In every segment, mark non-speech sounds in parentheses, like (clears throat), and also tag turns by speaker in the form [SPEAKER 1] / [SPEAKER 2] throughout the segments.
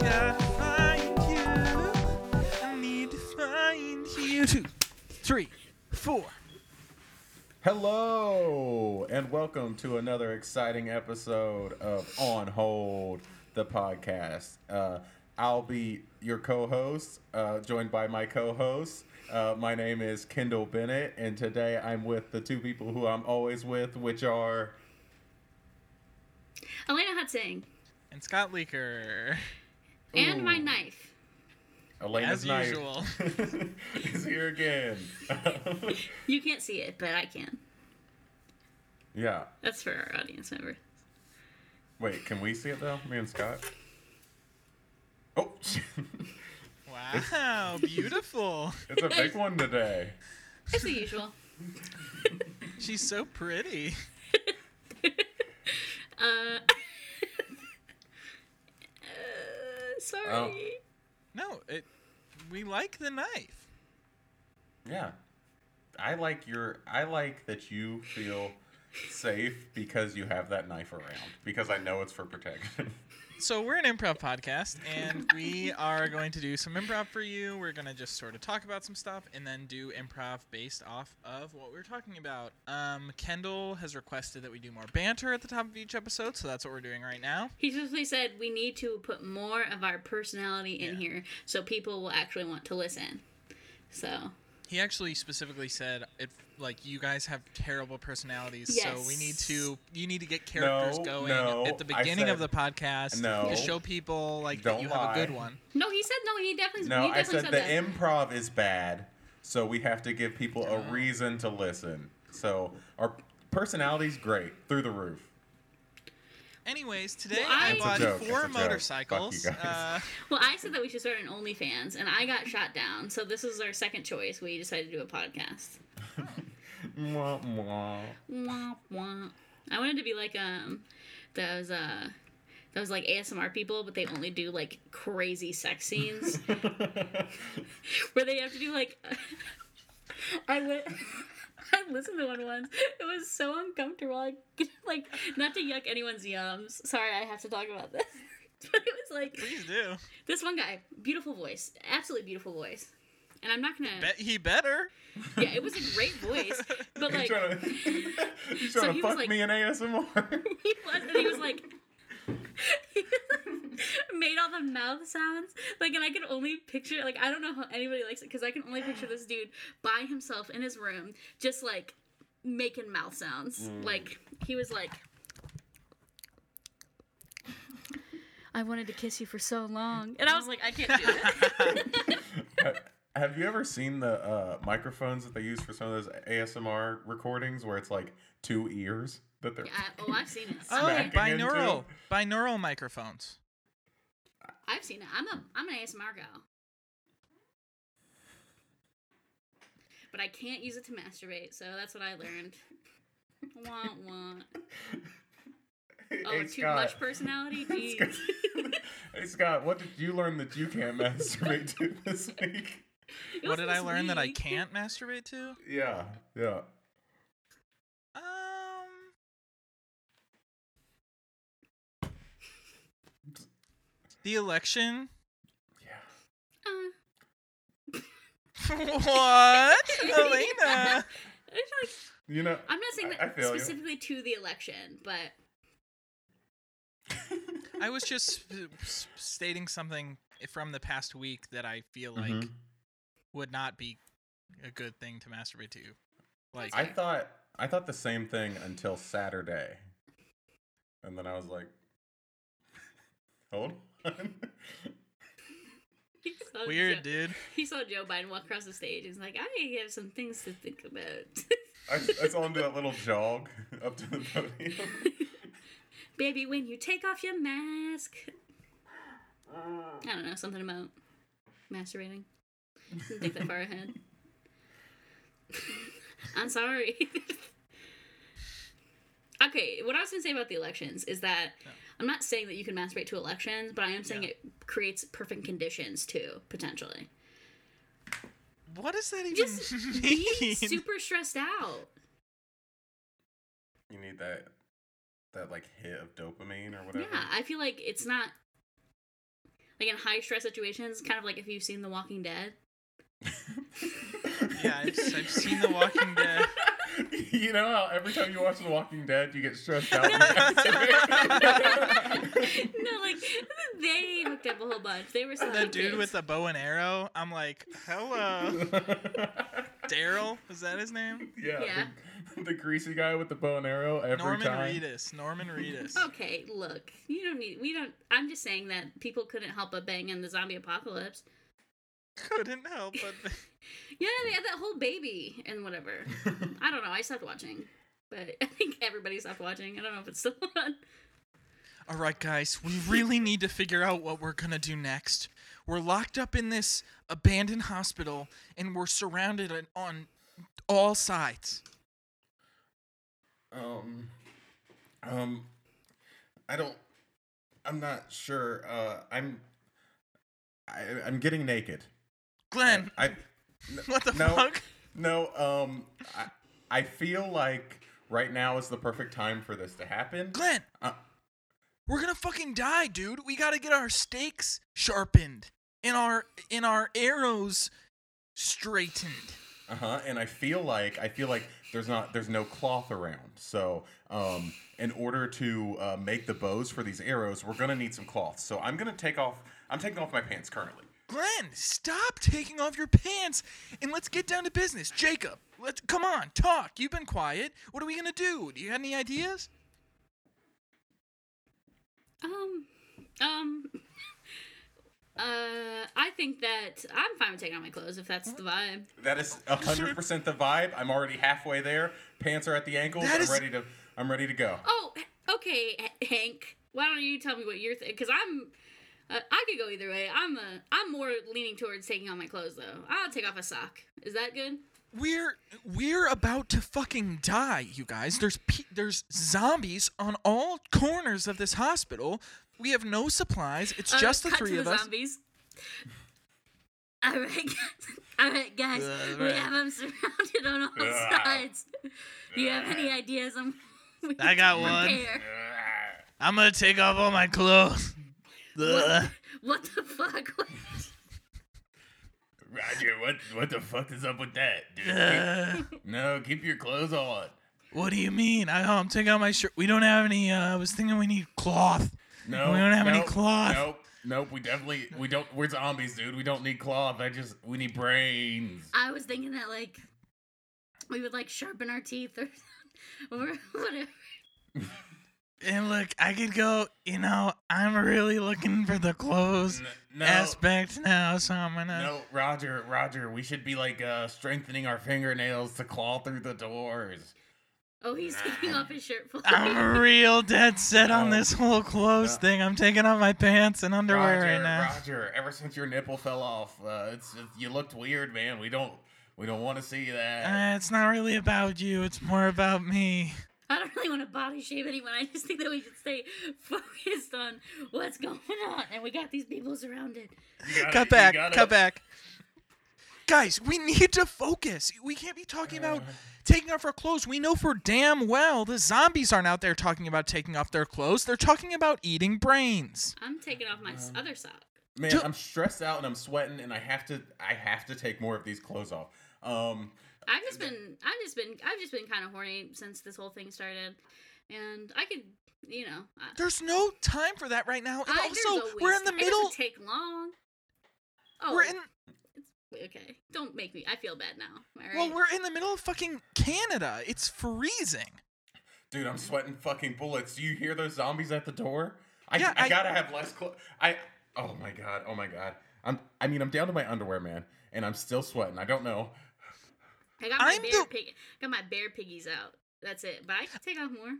[SPEAKER 1] Gotta find you. I need to find you. Two, three, four.
[SPEAKER 2] Hello, and welcome to another exciting episode of On Hold, the podcast. Uh, I'll be your co host, uh, joined by my co host. Uh, my name is Kendall Bennett, and today I'm with the two people who I'm always with, which are.
[SPEAKER 3] Elena Hutzing
[SPEAKER 1] And Scott Leaker.
[SPEAKER 3] and my
[SPEAKER 2] Ooh.
[SPEAKER 3] knife.
[SPEAKER 1] As
[SPEAKER 2] Elena's Knight. (laughs)
[SPEAKER 1] usual.
[SPEAKER 2] He's here again. (laughs)
[SPEAKER 3] You can't see it, but I can.
[SPEAKER 2] yeah.
[SPEAKER 3] That's for our audience member.
[SPEAKER 2] Wait, can we see it though? Me and Scott? Oh,
[SPEAKER 1] (laughs)
[SPEAKER 2] (laughs)
[SPEAKER 1] Wow, beautiful.
[SPEAKER 2] it's
[SPEAKER 1] (laughs)
[SPEAKER 2] a big one today.
[SPEAKER 3] It's the usual.
[SPEAKER 1] She's so pretty.
[SPEAKER 3] Uh, (laughs) uh, sorry.
[SPEAKER 2] Oh.
[SPEAKER 1] No, it. We like the knife.
[SPEAKER 2] Yeah. I like your I like that you feel safe because you have that knife around because I know it's for
[SPEAKER 3] (laughs)
[SPEAKER 2] protection.
[SPEAKER 1] So we're an improv podcast, and we are going to do some improv for you. We're gonna just sort of talk about some stuff, and then do improv based off of what we're talking about. Um, Kendall has requested that we do more banter at the top of each episode, so that's what we're doing right now.
[SPEAKER 3] He simply said we need to put more of our personality in
[SPEAKER 1] Yeah.
[SPEAKER 3] here so people will actually want to listen. So
[SPEAKER 1] He actually specifically said, "If like you guys have terrible personalities, so we need
[SPEAKER 3] Yes.
[SPEAKER 1] to you need to get characters
[SPEAKER 2] No,
[SPEAKER 1] going
[SPEAKER 2] no,
[SPEAKER 1] at the
[SPEAKER 2] I
[SPEAKER 1] beginning of the
[SPEAKER 2] said-
[SPEAKER 1] podcast
[SPEAKER 2] No.
[SPEAKER 1] to show people like that
[SPEAKER 2] Don't
[SPEAKER 1] you have a good
[SPEAKER 2] lie.
[SPEAKER 1] one."
[SPEAKER 3] no, he said no. He definitely
[SPEAKER 2] no,
[SPEAKER 3] he
[SPEAKER 2] I
[SPEAKER 3] definitely
[SPEAKER 2] said
[SPEAKER 3] said,
[SPEAKER 2] the
[SPEAKER 3] that.
[SPEAKER 2] improv is bad, so we have to give people
[SPEAKER 1] Oh.
[SPEAKER 2] a reason to listen. So our personality's great through the roof.
[SPEAKER 1] Anyways, today
[SPEAKER 3] Well, I-
[SPEAKER 1] I,
[SPEAKER 3] It's a
[SPEAKER 1] bought
[SPEAKER 2] joke, it's a
[SPEAKER 1] four
[SPEAKER 2] joke. Fuck you
[SPEAKER 1] motorcycles.
[SPEAKER 2] guys.
[SPEAKER 1] Uh,
[SPEAKER 3] well, I said that we should start an OnlyFans, and I got shot down. So this is our second choice. We decided to do a podcast.
[SPEAKER 2] Mwah, (laughs)
[SPEAKER 3] (laughs)
[SPEAKER 2] mwah.
[SPEAKER 3] Womp womp. I wanted to be like um those uh those like ASMR people, but they only do like crazy
[SPEAKER 2] (laughs)
[SPEAKER 3] sex scenes where they have to do like (laughs) I li- (laughs) I listened to one once. It was so uncomfortable. Like, like not to yuck anyone's yums. Sorry, I have to talk about this. (laughs) But it was like
[SPEAKER 1] please do.
[SPEAKER 3] this one guy, beautiful voice, absolutely beautiful voice. And I'm not gonna.
[SPEAKER 1] Bet he better.
[SPEAKER 3] Yeah, it was a great
[SPEAKER 2] (laughs)
[SPEAKER 3] voice, but
[SPEAKER 2] He's (laughs)
[SPEAKER 3] like
[SPEAKER 2] trying to, he's
[SPEAKER 3] So
[SPEAKER 2] trying
[SPEAKER 3] he
[SPEAKER 2] to
[SPEAKER 3] was
[SPEAKER 2] fuck
[SPEAKER 3] like-
[SPEAKER 2] me in (laughs) ASMR.
[SPEAKER 3] (laughs) he was, and he was like, (laughs) made all the mouth sounds. Like, and I could only picture, like, I don't know how anybody likes it because I can only picture this dude by himself in his room, just like making mouth sounds. Like, he was like, I wanted to kiss you for so long. And I was like, I can't do it. (laughs)
[SPEAKER 2] Have you ever seen the uh, microphones that they use for some of those ASMR recordings where it's like two ears that they're?
[SPEAKER 3] I, oh, I've seen it.
[SPEAKER 1] Oh,
[SPEAKER 2] Smacking
[SPEAKER 1] binaural,
[SPEAKER 2] into
[SPEAKER 1] binaural microphones.
[SPEAKER 3] I've seen it. I'm a I'm an ASMR gal. But I can't use it to masturbate, so that's what
[SPEAKER 2] (laughs)
[SPEAKER 3] I learned. wah, wah. Oh,
[SPEAKER 2] (laughs) Hey,
[SPEAKER 3] too
[SPEAKER 2] Scott. (laughs)
[SPEAKER 3] much personality? Jeez.
[SPEAKER 2] Hey Scott, what did you learn that you can't masturbate to (laughs) this week?
[SPEAKER 3] (laughs) It
[SPEAKER 1] What
[SPEAKER 3] was
[SPEAKER 1] did I
[SPEAKER 3] this
[SPEAKER 1] learn that I
[SPEAKER 3] week.
[SPEAKER 1] can't masturbate to?
[SPEAKER 2] Yeah, yeah.
[SPEAKER 1] Um,
[SPEAKER 2] (laughs)
[SPEAKER 1] the election. (laughs)
[SPEAKER 3] Uh,
[SPEAKER 1] what, Elena?
[SPEAKER 3] it's like,
[SPEAKER 2] You know,
[SPEAKER 3] I'm not saying
[SPEAKER 2] I-
[SPEAKER 3] that
[SPEAKER 2] I feel you.
[SPEAKER 3] specifically to the election, but
[SPEAKER 1] (laughs) I was just sp- sp- stating something from the past week that I feel like
[SPEAKER 2] Mhm.
[SPEAKER 1] would not be a good thing to masturbate to. Like,
[SPEAKER 2] I thought I thought the same thing until Saturday, and then I was like, (laughs) hold on. (laughs)
[SPEAKER 3] he saw
[SPEAKER 1] weird,
[SPEAKER 3] Joe,
[SPEAKER 1] dude.
[SPEAKER 3] He saw Joe Biden walk across the stage. He's like, I have some things to think about.
[SPEAKER 2] I, I saw him do that little jog (laughs) up to the podium. (laughs)
[SPEAKER 3] Baby, when you take off your mask. I don't know, something about masturbating. Didn't think that far ahead. I'm sorry. I okay, what I was going to say about the elections is that I'm not saying that you can masturbate to elections, but I am saying
[SPEAKER 1] Yeah.
[SPEAKER 3] it creates perfect conditions too, potentially.
[SPEAKER 1] What does that even
[SPEAKER 3] Just
[SPEAKER 1] (laughs) mean?
[SPEAKER 3] being super stressed out.
[SPEAKER 2] You need that that like hit of dopamine or whatever.
[SPEAKER 3] Yeah,
[SPEAKER 2] (laughs)
[SPEAKER 3] I feel like it's not like in high stress situations, kind of like if you've seen The Walking Dead.
[SPEAKER 1] yeah, I've, I've seen The Walking Dead.
[SPEAKER 2] (laughs) you know how every time you watch The Walking Dead, you get stressed
[SPEAKER 3] (laughs) Oh.
[SPEAKER 2] out. (laughs)
[SPEAKER 3] no, like they hooked up a whole bunch. They were so
[SPEAKER 1] The dude with the bow and arrow. I'm like, hello,
[SPEAKER 2] (laughs)
[SPEAKER 1] Daryl. Is that his name?
[SPEAKER 2] yeah,
[SPEAKER 3] Yeah.
[SPEAKER 2] The, the greasy guy with the bow and arrow every
[SPEAKER 1] Norman
[SPEAKER 2] time.
[SPEAKER 1] Reedus.
[SPEAKER 3] (laughs)
[SPEAKER 1] Norman Reedus.
[SPEAKER 3] Okay, look, you don't need. We don't. I'm just saying that people couldn't help but bang in the zombie apocalypse.
[SPEAKER 1] Couldn't help but.
[SPEAKER 3] Yeah, they had that whole baby
[SPEAKER 1] (laughs)
[SPEAKER 3] and whatever. I don't know. I stopped watching, but I think everybody stopped watching. I don't know if it's still (laughs) on.
[SPEAKER 1] All right, guys, we really need to figure out what we're gonna do next. We're locked up in this abandoned hospital, and we're surrounded on, on all sides.
[SPEAKER 2] Um, um, I don't. I'm not sure. Uh, I'm. I, I'm getting naked.
[SPEAKER 1] Glenn,
[SPEAKER 2] I.
[SPEAKER 1] (laughs) what the
[SPEAKER 2] no.
[SPEAKER 1] fuck?
[SPEAKER 2] No. Um. I. I feel like right now is the perfect time for this to happen.
[SPEAKER 1] Glenn,
[SPEAKER 2] Uh,
[SPEAKER 1] we're gonna fucking die, dude. We gotta get our stakes sharpened and our and our arrows straightened.
[SPEAKER 2] Uh huh. And I feel like I feel like there's not there's no cloth around. So um, in order to uh, make the bows for these arrows, we're gonna need some cloth. So I'm gonna take off. I'm taking off my pants currently.
[SPEAKER 1] Glenn, stop taking off your pants and let's get down to business. Jacob, let's come on, talk. You've been quiet. What are we gonna do? Do you have any ideas?
[SPEAKER 3] Um, um, (laughs) uh, I think that I'm fine with taking off my clothes if that's the vibe.
[SPEAKER 2] That is hundred percent the vibe. I'm already halfway there. Pants are at the ankles.
[SPEAKER 1] That
[SPEAKER 2] I'm
[SPEAKER 1] is-
[SPEAKER 2] ready to. I'm ready to go.
[SPEAKER 3] Oh, okay, H- Hank. Why don't you tell me what you're thinking? Because I'm, uh, I could go either way. I'm a, I'm more leaning towards taking off my clothes though. I'll take off a sock. Is that good?
[SPEAKER 1] We're we're about to fucking die, you guys. There's pe- there's zombies on all corners of this hospital. We have no supplies. It's
[SPEAKER 3] Uh,
[SPEAKER 1] just the
[SPEAKER 3] cut to
[SPEAKER 1] three of us.
[SPEAKER 3] Zombies. (laughs) All right, guys. All right, guys.
[SPEAKER 1] Uh,
[SPEAKER 3] We
[SPEAKER 1] right.
[SPEAKER 3] have them surrounded on all
[SPEAKER 2] Ah.
[SPEAKER 3] sides. Do you have any ideas? (laughs) I'm.
[SPEAKER 1] I
[SPEAKER 3] (laughs)
[SPEAKER 1] got one.
[SPEAKER 3] Prepare.
[SPEAKER 1] (laughs) I'm gonna take off all my clothes. Ugh.
[SPEAKER 3] (laughs) What the fuck? (laughs)
[SPEAKER 2] Roger, what what the fuck is up with that,
[SPEAKER 1] Ugh. (laughs)
[SPEAKER 2] no, keep your clothes on.
[SPEAKER 1] (laughs) what do you mean? I, oh, I'm taking off my shirt. We don't have any. Uh, I was thinking we need cloth.
[SPEAKER 2] No,
[SPEAKER 1] We don't have any
[SPEAKER 2] nope,
[SPEAKER 1] cloth.
[SPEAKER 2] Nope, nope. We definitely we don't. We're zombies, dude. We don't need cloth. I just we need brains.
[SPEAKER 3] I was thinking that like we would like sharpen our teeth or, (laughs) or whatever.
[SPEAKER 1] And look, I could go. You know, I'm really looking for the clothes
[SPEAKER 2] N- no,
[SPEAKER 1] aspect now, so I'm gonna.
[SPEAKER 2] no, Roger, Roger. We should be like uh, strengthening our fingernails to claw through the doors.
[SPEAKER 3] Oh, he's taking off his shirt.
[SPEAKER 1] (laughs)
[SPEAKER 3] fully.
[SPEAKER 1] I'm
[SPEAKER 2] (laughs)
[SPEAKER 1] a real dead set on
[SPEAKER 2] Oh.
[SPEAKER 1] this whole clothes
[SPEAKER 2] No.
[SPEAKER 1] thing. I'm taking off my pants and uh, underwear
[SPEAKER 2] Roger,
[SPEAKER 1] right now.
[SPEAKER 2] Roger. Ever since your nipple fell off, uh, it's it, you looked weird, man. We don't we don't want to see that.
[SPEAKER 1] Uh, it's not really about you. It's more about me.
[SPEAKER 3] I don't really want to body shame anyone. I just think that we should stay (laughs) focused on what's going on, and we got these people surrounded.
[SPEAKER 2] You gotta-
[SPEAKER 1] Uh, Cut
[SPEAKER 2] you
[SPEAKER 1] back.
[SPEAKER 2] gotta-
[SPEAKER 1] Cut back. Guys, we need to focus. We can't be talking about
[SPEAKER 2] Uh.
[SPEAKER 1] taking off our clothes. We know for damn well the zombies aren't out there talking about taking off their clothes. They're talking about eating brains.
[SPEAKER 3] I'm taking off my
[SPEAKER 1] Uh-huh.
[SPEAKER 3] s other sock.
[SPEAKER 2] Man,
[SPEAKER 1] Ju-
[SPEAKER 2] I'm stressed out and I'm sweating, and I have to I have to take more of these clothes off. Um,
[SPEAKER 3] I've just been, I've just been, I've just been kind of horny since this whole thing started, and I could, you know, I,
[SPEAKER 1] There's no time for that right now. And
[SPEAKER 3] I- there's
[SPEAKER 1] also,
[SPEAKER 3] always
[SPEAKER 1] oh, we're in the
[SPEAKER 3] time. It
[SPEAKER 1] middle.
[SPEAKER 3] doesn't take long. Oh,
[SPEAKER 1] We're in
[SPEAKER 3] okay. Don't make me. I feel bad now. All right.
[SPEAKER 1] well, we're in the middle of fucking Canada. It's freezing.
[SPEAKER 2] Dude, I'm sweating fucking bullets. Do you hear those zombies at the door? I,
[SPEAKER 1] Yeah,
[SPEAKER 2] I,
[SPEAKER 1] I-
[SPEAKER 2] gotta have less clothes. I oh my god, oh my god. I'm I mean I'm down to my underwear, man, and I'm still sweating. I don't know.
[SPEAKER 3] I got my
[SPEAKER 1] I'm
[SPEAKER 3] bear
[SPEAKER 1] the-
[SPEAKER 3] pig, got my bear piggies out. That's it. But I can take off more.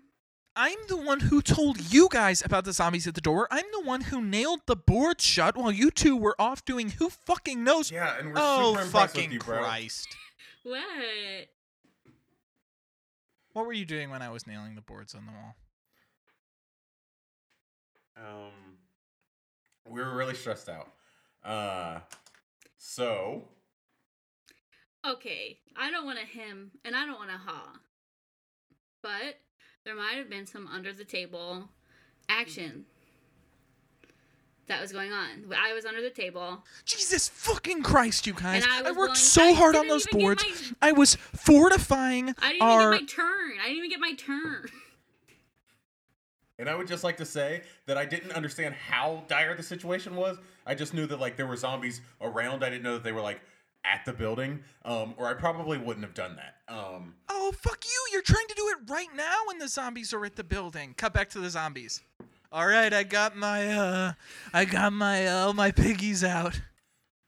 [SPEAKER 1] I'm the one who told you guys about the zombies at the door. I'm the one who nailed the board shut while you two were off doing who fucking knows.
[SPEAKER 2] Yeah, and we're
[SPEAKER 1] oh
[SPEAKER 2] super impressed
[SPEAKER 1] fucking
[SPEAKER 2] with you, bro.
[SPEAKER 1] Christ!
[SPEAKER 3] What?
[SPEAKER 1] What were you doing when I was nailing the boards on the wall?
[SPEAKER 2] Um, we were really stressed out. Uh, so
[SPEAKER 3] Okay, I don't want to hem and I don't want to haw. But there might have been some under the table action that was going on. I was under the table.
[SPEAKER 1] Jesus fucking Christ, you guys!
[SPEAKER 3] I
[SPEAKER 1] I,
[SPEAKER 3] was
[SPEAKER 1] worked
[SPEAKER 3] going-
[SPEAKER 1] so
[SPEAKER 3] I
[SPEAKER 1] hard on
[SPEAKER 3] didn't
[SPEAKER 1] those
[SPEAKER 3] even get
[SPEAKER 1] boards.
[SPEAKER 3] my-
[SPEAKER 1] I was fortifying
[SPEAKER 3] I didn't
[SPEAKER 1] our.
[SPEAKER 3] even get my turn. I didn't even get my turn. (laughs)
[SPEAKER 2] And I would just like to say that I didn't understand how dire the situation was. I just knew that like there were zombies around. I didn't know that they were like at the building, um, or I probably wouldn't have done that. Um,
[SPEAKER 1] oh fuck you! You're trying to do it right now when the zombies are at the building. Cut back to the zombies. All right, I got my uh, I got my uh, my piggies out.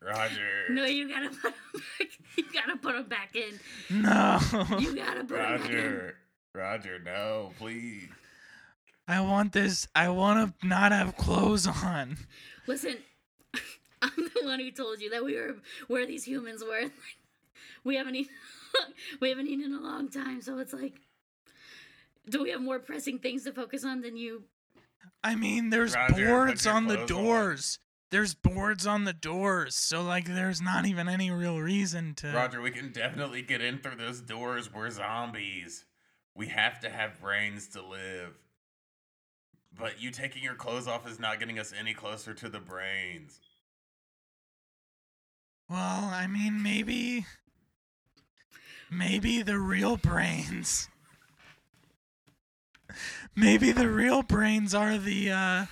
[SPEAKER 2] Roger.
[SPEAKER 3] No, you gotta put 'em back. (laughs) You gotta put 'em back in.
[SPEAKER 1] No, (laughs)
[SPEAKER 3] You gotta put 'em back in.
[SPEAKER 2] Roger. Roger. No, please.
[SPEAKER 1] I want this. I want to not have clothes on.
[SPEAKER 3] Listen, (laughs) I'm the one who told you that we were where these humans were. (laughs) Like, we haven't eaten. (laughs) we haven't eaten in a long time, so it's like, do we have more pressing things to focus on than you?
[SPEAKER 1] I mean, there's
[SPEAKER 2] Roger, put
[SPEAKER 1] boards
[SPEAKER 2] your
[SPEAKER 1] on the
[SPEAKER 2] clothes on.
[SPEAKER 1] doors. There's boards on the doors, so like, there's not even any real reason to.
[SPEAKER 2] Roger, we can definitely get in through those doors. We're zombies. We have to have brains to live. But you taking your clothes off is not getting us any closer to the brains.
[SPEAKER 1] Well, I mean, maybe. Maybe the real brains. Maybe the real brains are the uh,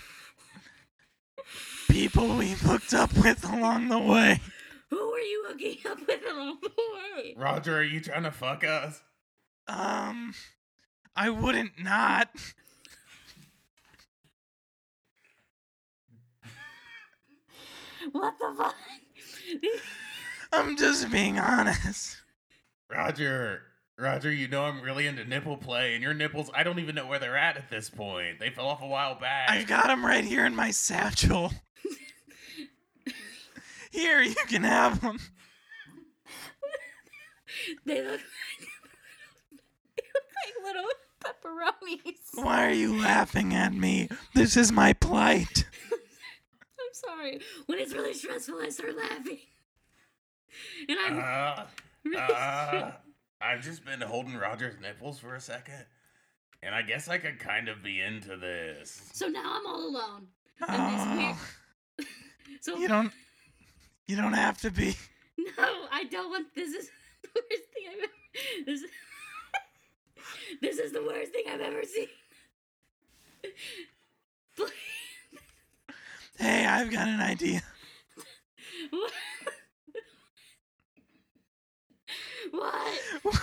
[SPEAKER 1] people we hooked up with along the way.
[SPEAKER 3] Who are you hooking up with (laughs) Oh, along the way?
[SPEAKER 2] Roger, are you trying to fuck us?
[SPEAKER 1] Um, I wouldn't not.
[SPEAKER 3] What the fuck? (laughs)
[SPEAKER 1] I'm just being honest.
[SPEAKER 2] Roger, Roger, you know I'm really into nipple play, and your nipples, I don't even know where they're at at this point. They fell off a while back.
[SPEAKER 1] I got them right here in my satchel. (laughs) here, you can have them.
[SPEAKER 3] They look like (laughs) they look like little pepperonis.
[SPEAKER 1] Why are you laughing at me? This is my plight.
[SPEAKER 3] I'm sorry. When it's really stressful, I start laughing, and I'm
[SPEAKER 2] Uh,
[SPEAKER 3] really
[SPEAKER 2] uh, I've just been holding Roger's nipples for a second, and I guess I could kind of be into this.
[SPEAKER 3] (laughs) So now I'm all alone. And
[SPEAKER 1] Oh,
[SPEAKER 3] this weird- (laughs) So
[SPEAKER 1] you don't. You don't have to be.
[SPEAKER 3] no, I don't want. This is (laughs) the worst thing I've ever. This, (laughs) this is the worst thing I've ever seen. (laughs) Please,
[SPEAKER 1] Hey, I've got an idea.
[SPEAKER 3] what? what?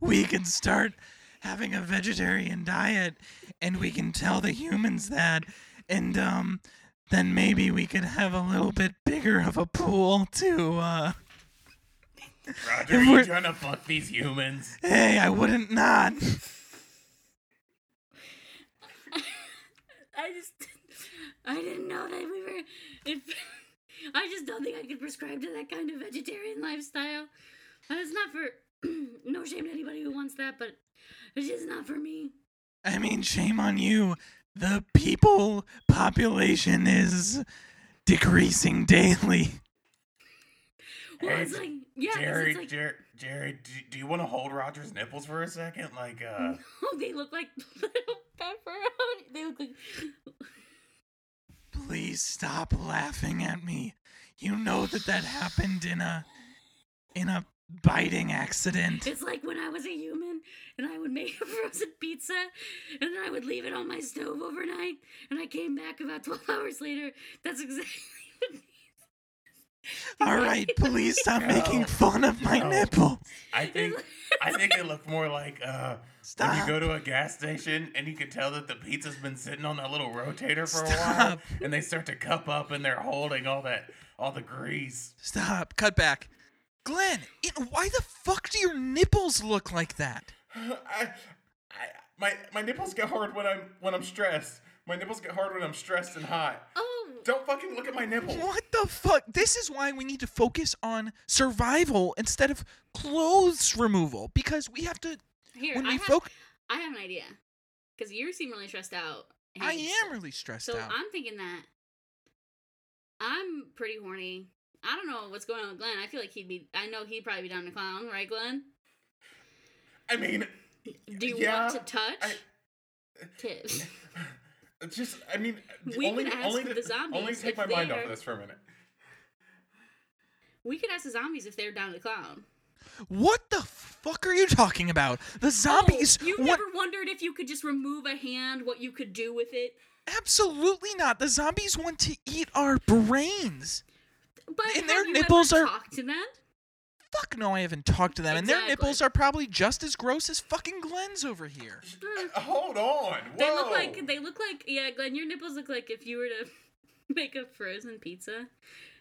[SPEAKER 1] We can start having a vegetarian diet, and we can tell the humans that, and um, then maybe we could have a little bit bigger of a pool to uh.
[SPEAKER 2] Roger, are
[SPEAKER 1] If
[SPEAKER 2] you
[SPEAKER 1] we're-
[SPEAKER 2] trying to fuck these humans?
[SPEAKER 1] Hey, I wouldn't not.
[SPEAKER 3] I just, I didn't know that we were. If (laughs) I just don't think I could prescribe to that kind of vegetarian lifestyle. And it's not for (clears throat) no shame to anybody who wants that, but it's just not for me.
[SPEAKER 1] I mean, shame on you. The people population is decreasing daily.
[SPEAKER 3] Well,
[SPEAKER 2] Hey,
[SPEAKER 3] it's like yeah, 'cause
[SPEAKER 2] Jerry,
[SPEAKER 3] it's (laughs) like
[SPEAKER 2] Jer- Jerry, do, do you want to hold Roger's nipples for a second? Like, uh,
[SPEAKER 3] oh, they look like (laughs) little pepperoni. They look like
[SPEAKER 1] Please stop laughing at me. You know that that happened in a in a biting accident.
[SPEAKER 3] it's like when I was a human and I would make (laughs) a frozen pizza and then I would leave it on my stove overnight and I came back about twelve (laughs) hours later. That's exactly. what-
[SPEAKER 1] All right,
[SPEAKER 2] (laughs)
[SPEAKER 1] please stop making
[SPEAKER 2] No.
[SPEAKER 1] fun of my
[SPEAKER 2] No.
[SPEAKER 1] nipple.
[SPEAKER 2] I think, I think it looked more like, uh, When you
[SPEAKER 1] Stop.
[SPEAKER 2] go to a gas station and you can tell that the pizza's been sitting on that little rotator for a while,
[SPEAKER 1] Stop.
[SPEAKER 2] and they start to cup up and they're holding all that, all the grease. (sighs)
[SPEAKER 1] Stop. Cut back. Glenn, it, why the fuck do your nipples look like that?
[SPEAKER 2] I, I, my my nipples get hard when I'm when I'm stressed. My nipples get hard when I'm stressed and hot.
[SPEAKER 3] Oh,
[SPEAKER 2] Don't fucking look at my nipples.
[SPEAKER 1] What the fuck? This is why we need to focus on survival instead of clothes removal because we have to.
[SPEAKER 3] here
[SPEAKER 1] When
[SPEAKER 3] I
[SPEAKER 1] we
[SPEAKER 3] have
[SPEAKER 1] focus,
[SPEAKER 3] I have an idea because you seem really stressed out.
[SPEAKER 1] I
[SPEAKER 3] Hank.
[SPEAKER 1] am really stressed
[SPEAKER 3] So
[SPEAKER 1] out.
[SPEAKER 3] I'm thinking that I'm pretty horny. I don't know what's going on with Glenn. I feel like he'd be. I know he'd probably be down to clown, right, Glenn?
[SPEAKER 2] I mean,
[SPEAKER 3] Do you
[SPEAKER 2] Yeah,
[SPEAKER 3] want to touch?
[SPEAKER 2] I-
[SPEAKER 3] Tips.
[SPEAKER 2] just I mean,
[SPEAKER 3] We
[SPEAKER 2] only
[SPEAKER 3] can ask
[SPEAKER 2] only
[SPEAKER 3] the
[SPEAKER 2] to-
[SPEAKER 3] zombies
[SPEAKER 2] Only take
[SPEAKER 3] if
[SPEAKER 2] my mind off
[SPEAKER 3] they're-
[SPEAKER 2] of this for a minute.
[SPEAKER 3] We could ask the zombies if they're down to clown.
[SPEAKER 1] What the fuck are you talking about? The zombies.
[SPEAKER 3] Oh, you
[SPEAKER 1] what?
[SPEAKER 3] never wondered if you could just remove a hand, what you could do with it.
[SPEAKER 1] Absolutely not. The zombies want to eat our brains.
[SPEAKER 3] But
[SPEAKER 1] And
[SPEAKER 3] have
[SPEAKER 1] their
[SPEAKER 3] you
[SPEAKER 1] nipples
[SPEAKER 3] ever
[SPEAKER 1] are-
[SPEAKER 3] talked to them.
[SPEAKER 1] Fuck no, I haven't talked to them. And their
[SPEAKER 3] Exactly.
[SPEAKER 1] nipples are probably just as gross as fucking Glenn's over
[SPEAKER 3] (laughs)
[SPEAKER 1] here.
[SPEAKER 2] Hold on.
[SPEAKER 3] They
[SPEAKER 2] Uh, Whoa.
[SPEAKER 3] look like they look like yeah, Glenn. Your nipples look like if you were to (laughs) make a frozen pizza,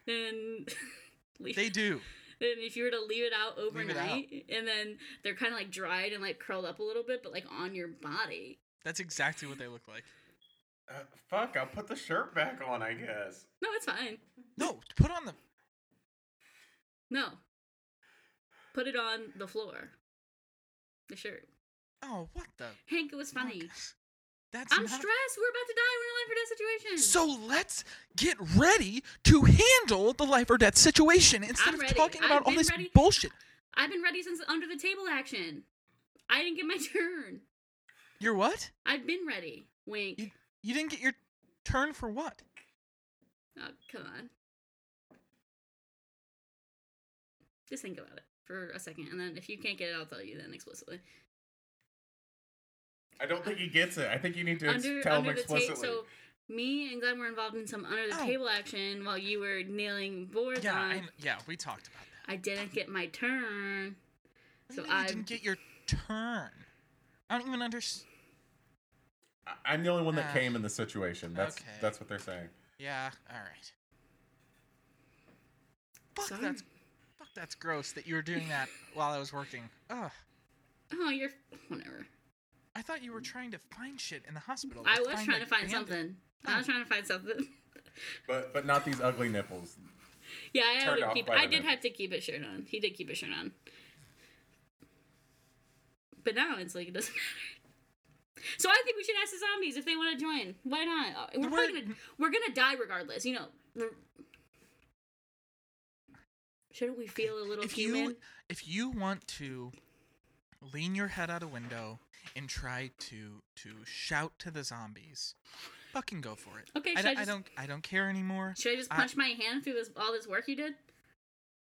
[SPEAKER 3] and (laughs) leave,
[SPEAKER 1] They do.
[SPEAKER 3] and if you were to leave it out
[SPEAKER 1] Leave it out.
[SPEAKER 3] overnight, and then they're kind of like dried and like curled up a little bit, but like on your body.
[SPEAKER 1] That's exactly what they look like.
[SPEAKER 2] Uh, fuck. I'll put the shirt back on. I guess.
[SPEAKER 3] No, it's fine.
[SPEAKER 1] No, put on the.
[SPEAKER 3] No, put it on the floor. The shirt.
[SPEAKER 1] Oh, what the?
[SPEAKER 3] Hank, it was funny.
[SPEAKER 1] fuck? That's
[SPEAKER 3] I'm
[SPEAKER 1] not-
[SPEAKER 3] stressed. We're about to die. We're in a life or death situation.
[SPEAKER 1] So let's get ready to handle the life or death situation instead
[SPEAKER 3] I'm
[SPEAKER 1] of
[SPEAKER 3] ready.
[SPEAKER 1] talking
[SPEAKER 3] I've
[SPEAKER 1] about all
[SPEAKER 3] been
[SPEAKER 1] this
[SPEAKER 3] ready.
[SPEAKER 1] bullshit.
[SPEAKER 3] I've been ready since under the table action. I didn't get my (laughs) turn.
[SPEAKER 1] You're what?
[SPEAKER 3] I've been ready. Wink.
[SPEAKER 1] You, you didn't get your turn for what?
[SPEAKER 3] Oh, come on. Just think about it for a second, and then if you can't get it, I'll tell you then explicitly.
[SPEAKER 2] I don't think he gets it. I think you need to ex-
[SPEAKER 3] under
[SPEAKER 2] tell
[SPEAKER 3] under
[SPEAKER 2] him
[SPEAKER 3] the table.
[SPEAKER 2] explicitly.
[SPEAKER 3] So me and Glenn were involved in some under the
[SPEAKER 1] Oh.
[SPEAKER 3] table action while you were nailing boards
[SPEAKER 1] Yeah,
[SPEAKER 3] on.
[SPEAKER 1] I, yeah, we talked about that.
[SPEAKER 3] I didn't get my turn.
[SPEAKER 1] What do
[SPEAKER 3] So
[SPEAKER 1] you, mean you
[SPEAKER 3] I'm-
[SPEAKER 1] didn't get your turn. I don't even understand.
[SPEAKER 2] I- I'm the only one that
[SPEAKER 1] Ah.
[SPEAKER 2] came in the situation. That's
[SPEAKER 1] Okay.
[SPEAKER 2] that's what they're saying.
[SPEAKER 1] Yeah, all right. Fuck
[SPEAKER 3] Sorry.
[SPEAKER 1] that's fuck that's gross that you were doing
[SPEAKER 3] (laughs)
[SPEAKER 1] that while I was working. Ugh.
[SPEAKER 3] Oh, you're whatever.
[SPEAKER 1] I thought you were trying to find shit in the hospital.
[SPEAKER 3] I
[SPEAKER 1] to
[SPEAKER 3] was trying
[SPEAKER 1] a
[SPEAKER 3] to find
[SPEAKER 1] bandit.
[SPEAKER 3] something.
[SPEAKER 1] Oh.
[SPEAKER 3] I was trying to find something. (laughs)
[SPEAKER 2] But but not these ugly nipples.
[SPEAKER 3] Yeah, I had
[SPEAKER 2] Turned
[SPEAKER 3] to
[SPEAKER 2] off
[SPEAKER 3] keep.
[SPEAKER 2] by
[SPEAKER 3] I
[SPEAKER 2] the
[SPEAKER 3] did
[SPEAKER 2] nip.
[SPEAKER 3] have to keep it shirt on. He did keep it shirt on. But now it's like it doesn't (laughs) matter. So I think we should ask the zombies if they want to join. Why not? Uh, We're
[SPEAKER 1] We're-
[SPEAKER 3] probably gonna we're gonna die regardless. You know. We're- Shouldn't we feel a little
[SPEAKER 1] if
[SPEAKER 3] human?
[SPEAKER 1] you if you want to lean your head out a window and try to to shout to the zombies, fucking go for it.
[SPEAKER 3] Okay,
[SPEAKER 1] I,
[SPEAKER 3] should
[SPEAKER 1] don't-
[SPEAKER 3] I just-
[SPEAKER 1] don't I don't care anymore.
[SPEAKER 3] Should I just
[SPEAKER 1] I-
[SPEAKER 3] punch my hand through this all this work you did?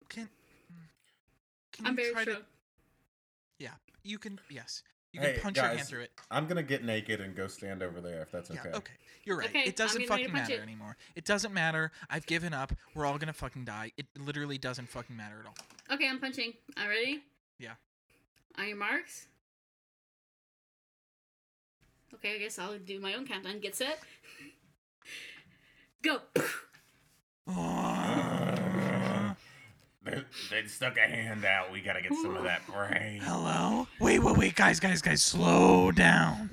[SPEAKER 1] Can, can
[SPEAKER 3] I'm
[SPEAKER 1] you
[SPEAKER 3] very
[SPEAKER 1] try
[SPEAKER 3] strong.
[SPEAKER 1] to? Yeah, you can. Yes, you
[SPEAKER 2] hey
[SPEAKER 1] can punch
[SPEAKER 2] guys,
[SPEAKER 1] your hand through it.
[SPEAKER 2] I'm gonna get naked and go stand over there if that's
[SPEAKER 1] Yeah,
[SPEAKER 2] okay.
[SPEAKER 1] okay. You're right.
[SPEAKER 3] Okay, I'm
[SPEAKER 1] it doesn't
[SPEAKER 3] getting ready to
[SPEAKER 1] fucking
[SPEAKER 3] punch
[SPEAKER 1] matter
[SPEAKER 3] it.
[SPEAKER 1] anymore. It doesn't matter. I've given up. We're all gonna fucking die. It literally doesn't fucking matter at all.
[SPEAKER 3] Okay, I'm punching. All ready?
[SPEAKER 1] Yeah.
[SPEAKER 3] On your marks. Okay, I guess I'll do my own countdown. Get set. (laughs) Go. (laughs)
[SPEAKER 2] (laughs) They, they stuck a hand out. We gotta get some of
[SPEAKER 3] (laughs)
[SPEAKER 2] that brain.
[SPEAKER 1] Hello? Wait, wait, wait, guys, guys, guys, slow down.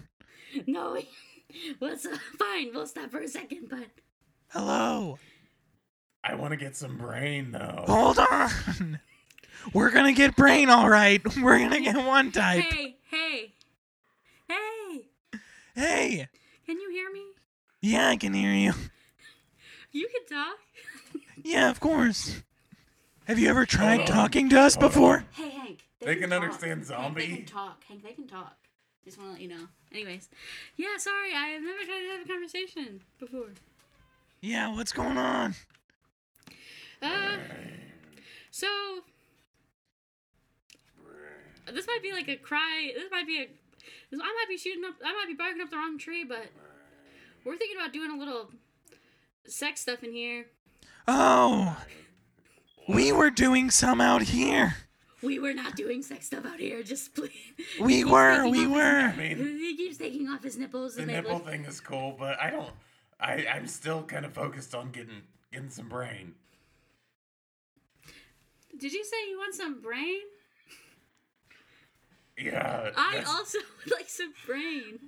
[SPEAKER 3] no. (laughs) What's up? Fine. We'll stop for a second, but
[SPEAKER 1] Hello.
[SPEAKER 2] I want to get some brain though.
[SPEAKER 1] Hold on. We're gonna get brain all right. We're gonna get one type.
[SPEAKER 3] hey, hey, hey!
[SPEAKER 1] Hey.
[SPEAKER 3] Can you hear me?
[SPEAKER 1] Yeah, I can hear you.
[SPEAKER 3] You can talk. (laughs)
[SPEAKER 1] Yeah, of course. Have you ever tried
[SPEAKER 2] Hold on.
[SPEAKER 1] talking to us
[SPEAKER 2] Hold on.
[SPEAKER 1] before?
[SPEAKER 3] Hey, Hank.
[SPEAKER 2] They can
[SPEAKER 3] talk.
[SPEAKER 2] understand
[SPEAKER 3] Hank, they
[SPEAKER 2] zombie.
[SPEAKER 3] can talk. Hank, they can talk. Just want to let you know. Anyways, yeah. Sorry, I have never tried to have a conversation before.
[SPEAKER 1] Yeah, what's going on?
[SPEAKER 3] Uh, so this might be like a cry. This might be a. This, I might be shooting up. I might be barking up the wrong tree, but we're thinking about doing a little sex stuff in here.
[SPEAKER 1] Oh. We were doing some out here.
[SPEAKER 3] We were not doing sex stuff out here. Just (laughs) please.
[SPEAKER 1] We were, we were.
[SPEAKER 2] I mean,
[SPEAKER 3] (laughs) He keeps taking off his nipples
[SPEAKER 2] the
[SPEAKER 3] and they
[SPEAKER 2] nipple
[SPEAKER 3] look.
[SPEAKER 2] thing is cool, but I don't. I I'm still kind of focused on getting getting some brain.
[SPEAKER 3] Did you say you want some brain?
[SPEAKER 2] Yeah.
[SPEAKER 3] I
[SPEAKER 2] that's-
[SPEAKER 3] (laughs) also would like some brain.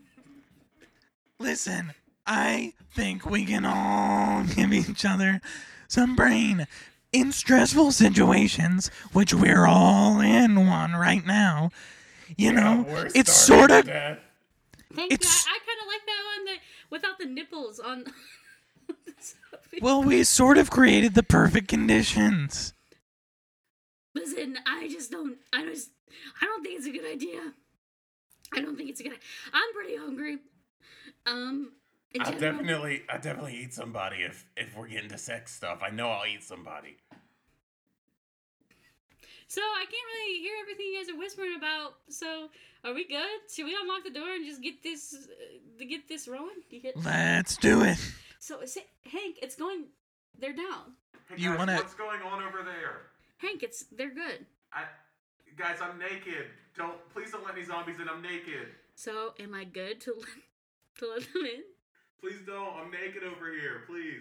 [SPEAKER 1] Listen, I think we can all (laughs) give each other some brain in stressful situations, which we're all in one right now. You know,
[SPEAKER 2] We're
[SPEAKER 1] it's
[SPEAKER 2] starting
[SPEAKER 1] sort of
[SPEAKER 2] with that.
[SPEAKER 3] Thank
[SPEAKER 1] It's-
[SPEAKER 3] you. I, I kind of like that one that without the nipples on. (laughs)
[SPEAKER 2] (laughs)
[SPEAKER 1] well, we sort of created the perfect conditions.
[SPEAKER 3] Listen, I just don't. I just. I don't think it's a good idea. I don't think it's a good. I'm pretty hungry. Um. in
[SPEAKER 2] I'll
[SPEAKER 3] general-
[SPEAKER 2] definitely, I'll definitely eat somebody if if we're getting to sex stuff. I know I'll eat somebody.
[SPEAKER 3] So I can't really hear everything you guys are whispering about. So are we good? Should we unlock the door and just get this uh, to get this rolling? You get-
[SPEAKER 1] Let's do it.
[SPEAKER 3] So say, Hank, it's going. They're down.
[SPEAKER 2] Hey
[SPEAKER 1] You guys, wanna- what's
[SPEAKER 2] What's going on over there?
[SPEAKER 3] Hank, it's they're good.
[SPEAKER 2] I, guys, I'm naked. Don't please don't let any zombies in. I'm naked.
[SPEAKER 3] So am I good to (laughs) let, to let them in?
[SPEAKER 2] Please don't. I'm naked over here. Please.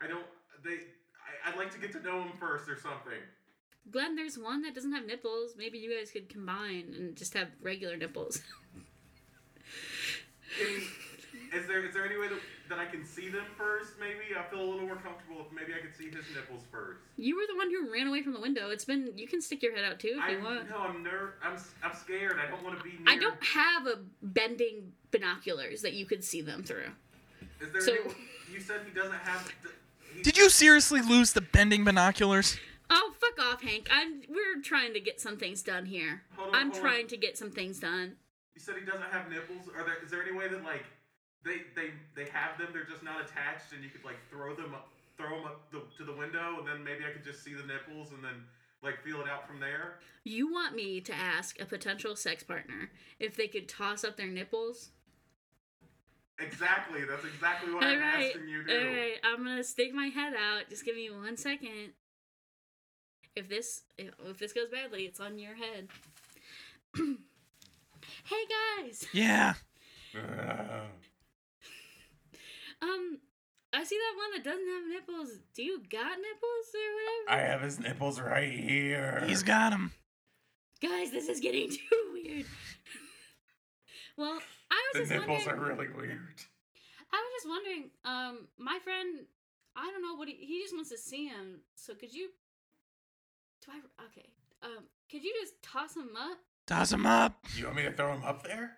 [SPEAKER 2] I don't. They. I, I'd like to get to know them first or something.
[SPEAKER 3] Glenn, there's one that doesn't have nipples. Maybe you guys could combine and just have regular nipples.
[SPEAKER 2] Is, is there is there any way that, that I can see them first? Maybe I feel a little more comfortable if maybe I could see his nipples first.
[SPEAKER 3] You were the one who ran away from the window. It's been you can stick your head out too if
[SPEAKER 2] I
[SPEAKER 3] you want.
[SPEAKER 2] no, I'm ner- I'm s- I'm scared. I don't want to be near.
[SPEAKER 3] I don't have a bending binoculars that you could see them through.
[SPEAKER 2] Is there
[SPEAKER 3] so-
[SPEAKER 2] any, you said he doesn't have. d- he-
[SPEAKER 1] Did you seriously lose the bending binoculars?
[SPEAKER 3] Oh, fuck off, Hank. I'm we're trying to get some things done here.
[SPEAKER 2] Hold on,
[SPEAKER 3] I'm
[SPEAKER 2] hold on.
[SPEAKER 3] trying to get some things done.
[SPEAKER 2] You said he doesn't have nipples. Are there? Is there any way that like they they they have them? They're just not attached, and you could like throw them up, throw them up the, to the window, and then maybe I could just see the nipples, and then like feel it out from there.
[SPEAKER 3] You want me to ask a potential sex partner if they could toss up their nipples?
[SPEAKER 2] Exactly. That's exactly what
[SPEAKER 3] All
[SPEAKER 2] I'm
[SPEAKER 3] right.
[SPEAKER 2] asking you to
[SPEAKER 3] All
[SPEAKER 2] do.
[SPEAKER 3] right. I'm going to stick my head out. Just give me one second. If this if, if this goes badly, it's on your head. (clears throat) hey guys.
[SPEAKER 1] Yeah.
[SPEAKER 2] Uh,
[SPEAKER 3] Um I see that one that doesn't have nipples. Do you got nipples or whatever?
[SPEAKER 2] have his nipples right here.
[SPEAKER 1] He's got 'em.
[SPEAKER 3] Guys, this is getting (laughs) too weird. well, I was just wondering
[SPEAKER 2] really weird.
[SPEAKER 3] I was just wondering, um, my friend, I don't know what he, he just wants to see him. So could you? Do I? Okay. Um, could you just toss him up?
[SPEAKER 1] Toss 'em up.
[SPEAKER 2] You want me to throw him up there?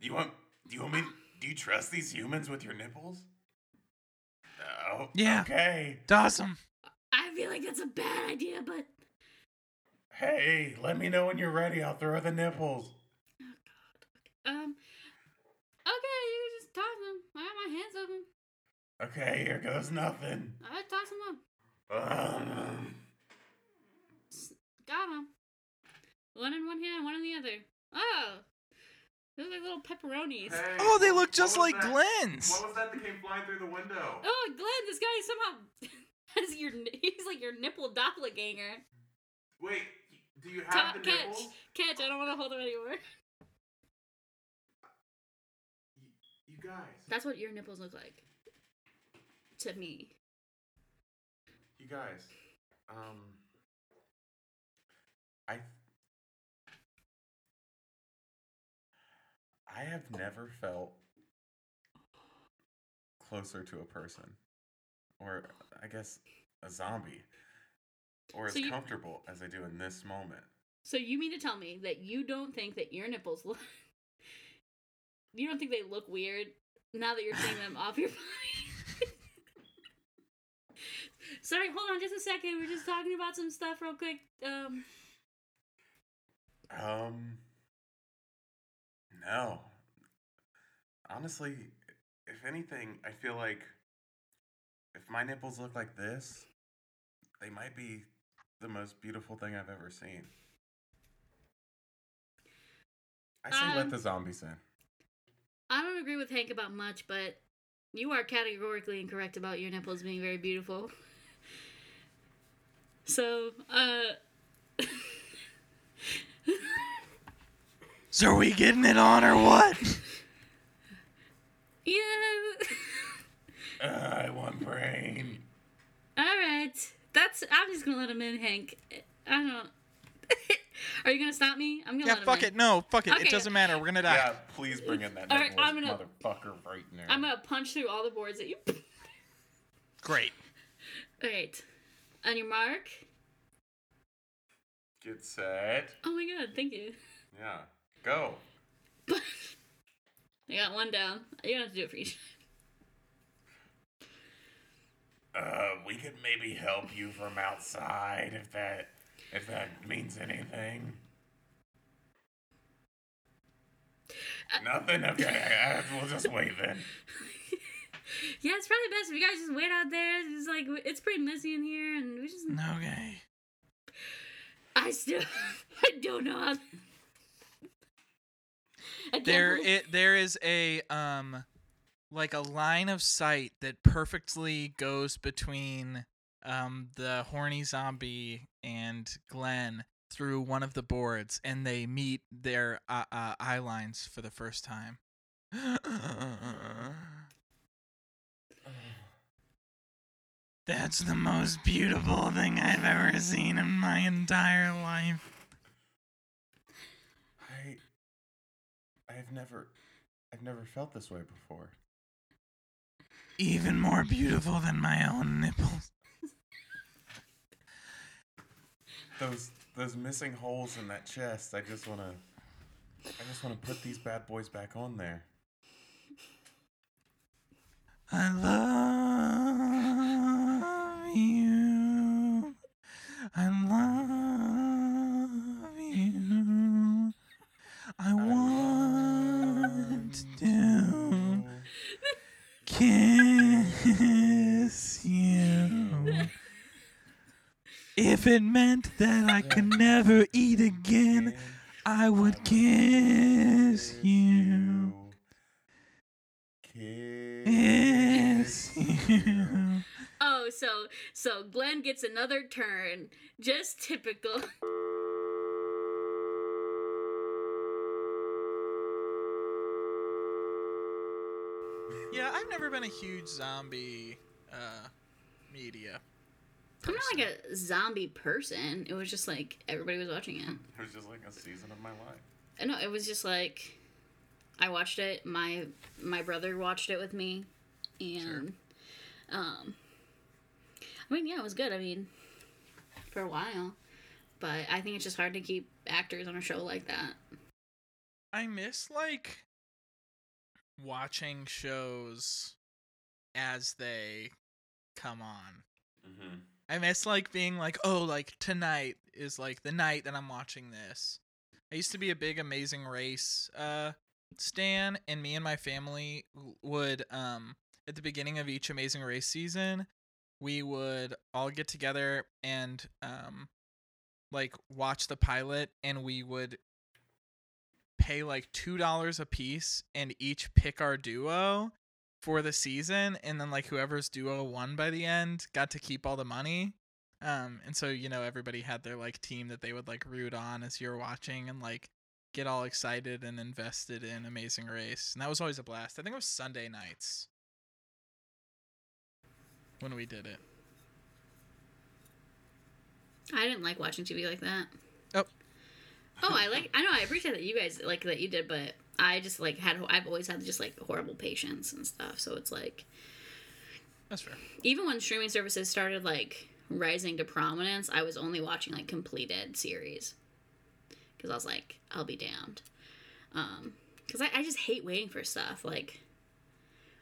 [SPEAKER 2] You want? Do you want me? Do you trust these humans with your nipples? Oh,
[SPEAKER 1] Yeah.
[SPEAKER 2] Okay.
[SPEAKER 1] Toss 'em.
[SPEAKER 3] I feel like that's a bad idea, but
[SPEAKER 2] Hey, let me know when you're ready. I'll throw the nipples.
[SPEAKER 3] um, okay, you can just toss him. I got my hands open.
[SPEAKER 2] Okay, here goes nothing.
[SPEAKER 3] I toss him up.
[SPEAKER 2] Um,
[SPEAKER 3] Got him. One in one hand, one in the other. Oh, those are like little pepperonis.
[SPEAKER 1] Oh, they look just like Glenn's.
[SPEAKER 4] was that that came flying through the window?
[SPEAKER 3] Oh, Glenn, this guy somehow (laughs) has your. He's like your nipple doppelganger.
[SPEAKER 4] Wait, do you
[SPEAKER 3] Ta- catch, catch! I don't want to hold him anymore.
[SPEAKER 4] You guys,
[SPEAKER 3] That's what your nipples look like. To me.
[SPEAKER 4] you guys. Um,
[SPEAKER 2] I, I have never felt closer to a person, or I guess a zombie, or as
[SPEAKER 3] So you-
[SPEAKER 2] comfortable as I do in this moment.
[SPEAKER 3] So you mean to tell me that you don't think that your nipples look You don't think they look weird now that you're seeing them off your body? Sorry, hold on just a second. We're just talking about some stuff real quick. Um
[SPEAKER 2] Um, no. Honestly, if anything, I feel like if my nipples look like this, they might be the most beautiful thing I've ever seen. I say
[SPEAKER 3] Um,
[SPEAKER 2] let the zombies in.
[SPEAKER 3] I don't agree with Hank about much, but you are categorically incorrect about your nipples being very beautiful. So, uh
[SPEAKER 1] So are we getting it on or what?
[SPEAKER 3] yeah. (laughs)
[SPEAKER 2] I want brain.
[SPEAKER 3] All right. That's. I'm just gonna let him in, Hank. I don't. (laughs) Are you gonna stop me? I'm gonna
[SPEAKER 1] Yeah,
[SPEAKER 3] let him
[SPEAKER 1] fuck
[SPEAKER 3] in.
[SPEAKER 1] it. No, fuck it.
[SPEAKER 3] Okay.
[SPEAKER 1] It doesn't matter. We're gonna die.
[SPEAKER 2] Yeah, please bring in that
[SPEAKER 3] Ah, uh, All right,
[SPEAKER 2] Nicholas
[SPEAKER 3] I'm gonna-
[SPEAKER 2] motherfucker right now.
[SPEAKER 3] I'm gonna punch through all the boards at you. (laughs)
[SPEAKER 1] Great.
[SPEAKER 3] All right, on your mark.
[SPEAKER 2] Get set.
[SPEAKER 3] Oh my god, thank you. (laughs)
[SPEAKER 2] Yeah. Go.
[SPEAKER 3] I got one down. You gonna have to do it for each. (laughs)
[SPEAKER 2] Uh, we could maybe help you from outside if that if that means anything. Nothing. Okay, I- I- we'll just wait then.
[SPEAKER 3] Yeah, it's probably best if you guys just wait out there. It's like it's pretty messy in here, and we just.
[SPEAKER 1] Okay.
[SPEAKER 3] (laughs) I still. (laughs) I don't know. How... I can't
[SPEAKER 1] There
[SPEAKER 3] believe-
[SPEAKER 1] it there is a um like a line of sight that perfectly goes between um the horny zombie and Glenn through one of the boards and they meet their uh, uh, eye lines for the first time. (sighs) That's the most beautiful thing I've ever seen in my entire life.
[SPEAKER 2] I I've never I've never felt this way before.
[SPEAKER 1] even more beautiful than my own nipples.
[SPEAKER 2] Those those missing holes in that chest. I just wanna I just wanna put these bad boys back on there.
[SPEAKER 1] I love you. I love you. I want to kiss you. If it meant that I could never eat again, I would kiss you.
[SPEAKER 2] Kiss
[SPEAKER 1] Yes.
[SPEAKER 2] (laughs) you.
[SPEAKER 3] Oh, so so Glenn gets another turn. Just typical. (laughs)
[SPEAKER 1] yeah, I've never been a huge zombie uh, media.
[SPEAKER 3] I'm not like a zombie person. It was just like everybody was watching it.
[SPEAKER 2] It was just like a season of my life.
[SPEAKER 3] Uh, No, it was just like I watched it. My my brother watched it with me, and um, I mean, yeah, it was good. I mean, for a while, but I think it's just hard to keep actors on a show like that.
[SPEAKER 1] I miss like watching shows as they come on.
[SPEAKER 2] Mm-hmm.
[SPEAKER 1] I miss like being like, oh, like tonight is like the night that I'm watching this. I used to be a big Amazing Race uh stan, and me and my family w- would um at the beginning of each Amazing Race season, we would all get together and um like watch the pilot, and we would pay like two dollars a piece and each pick our duo for the season and then like whoever's duo won by the end got to keep all the money um and so you know everybody had their like team that they would like root on as you're watching and like get all excited and invested in amazing race and that was always a blast i think it was sunday nights when we did it
[SPEAKER 3] I didn't like watching TV like that.
[SPEAKER 1] Oh.
[SPEAKER 3] Oh, I like. I know. I appreciate that you guys like that you did, but I just like had. I've always had just like horrible patience and stuff. So it's like
[SPEAKER 1] that's fair
[SPEAKER 3] even when streaming services started like rising to prominence, I was only watching like completed series because I was like, I'll be damned. Um, because I, I just hate waiting for stuff. Like,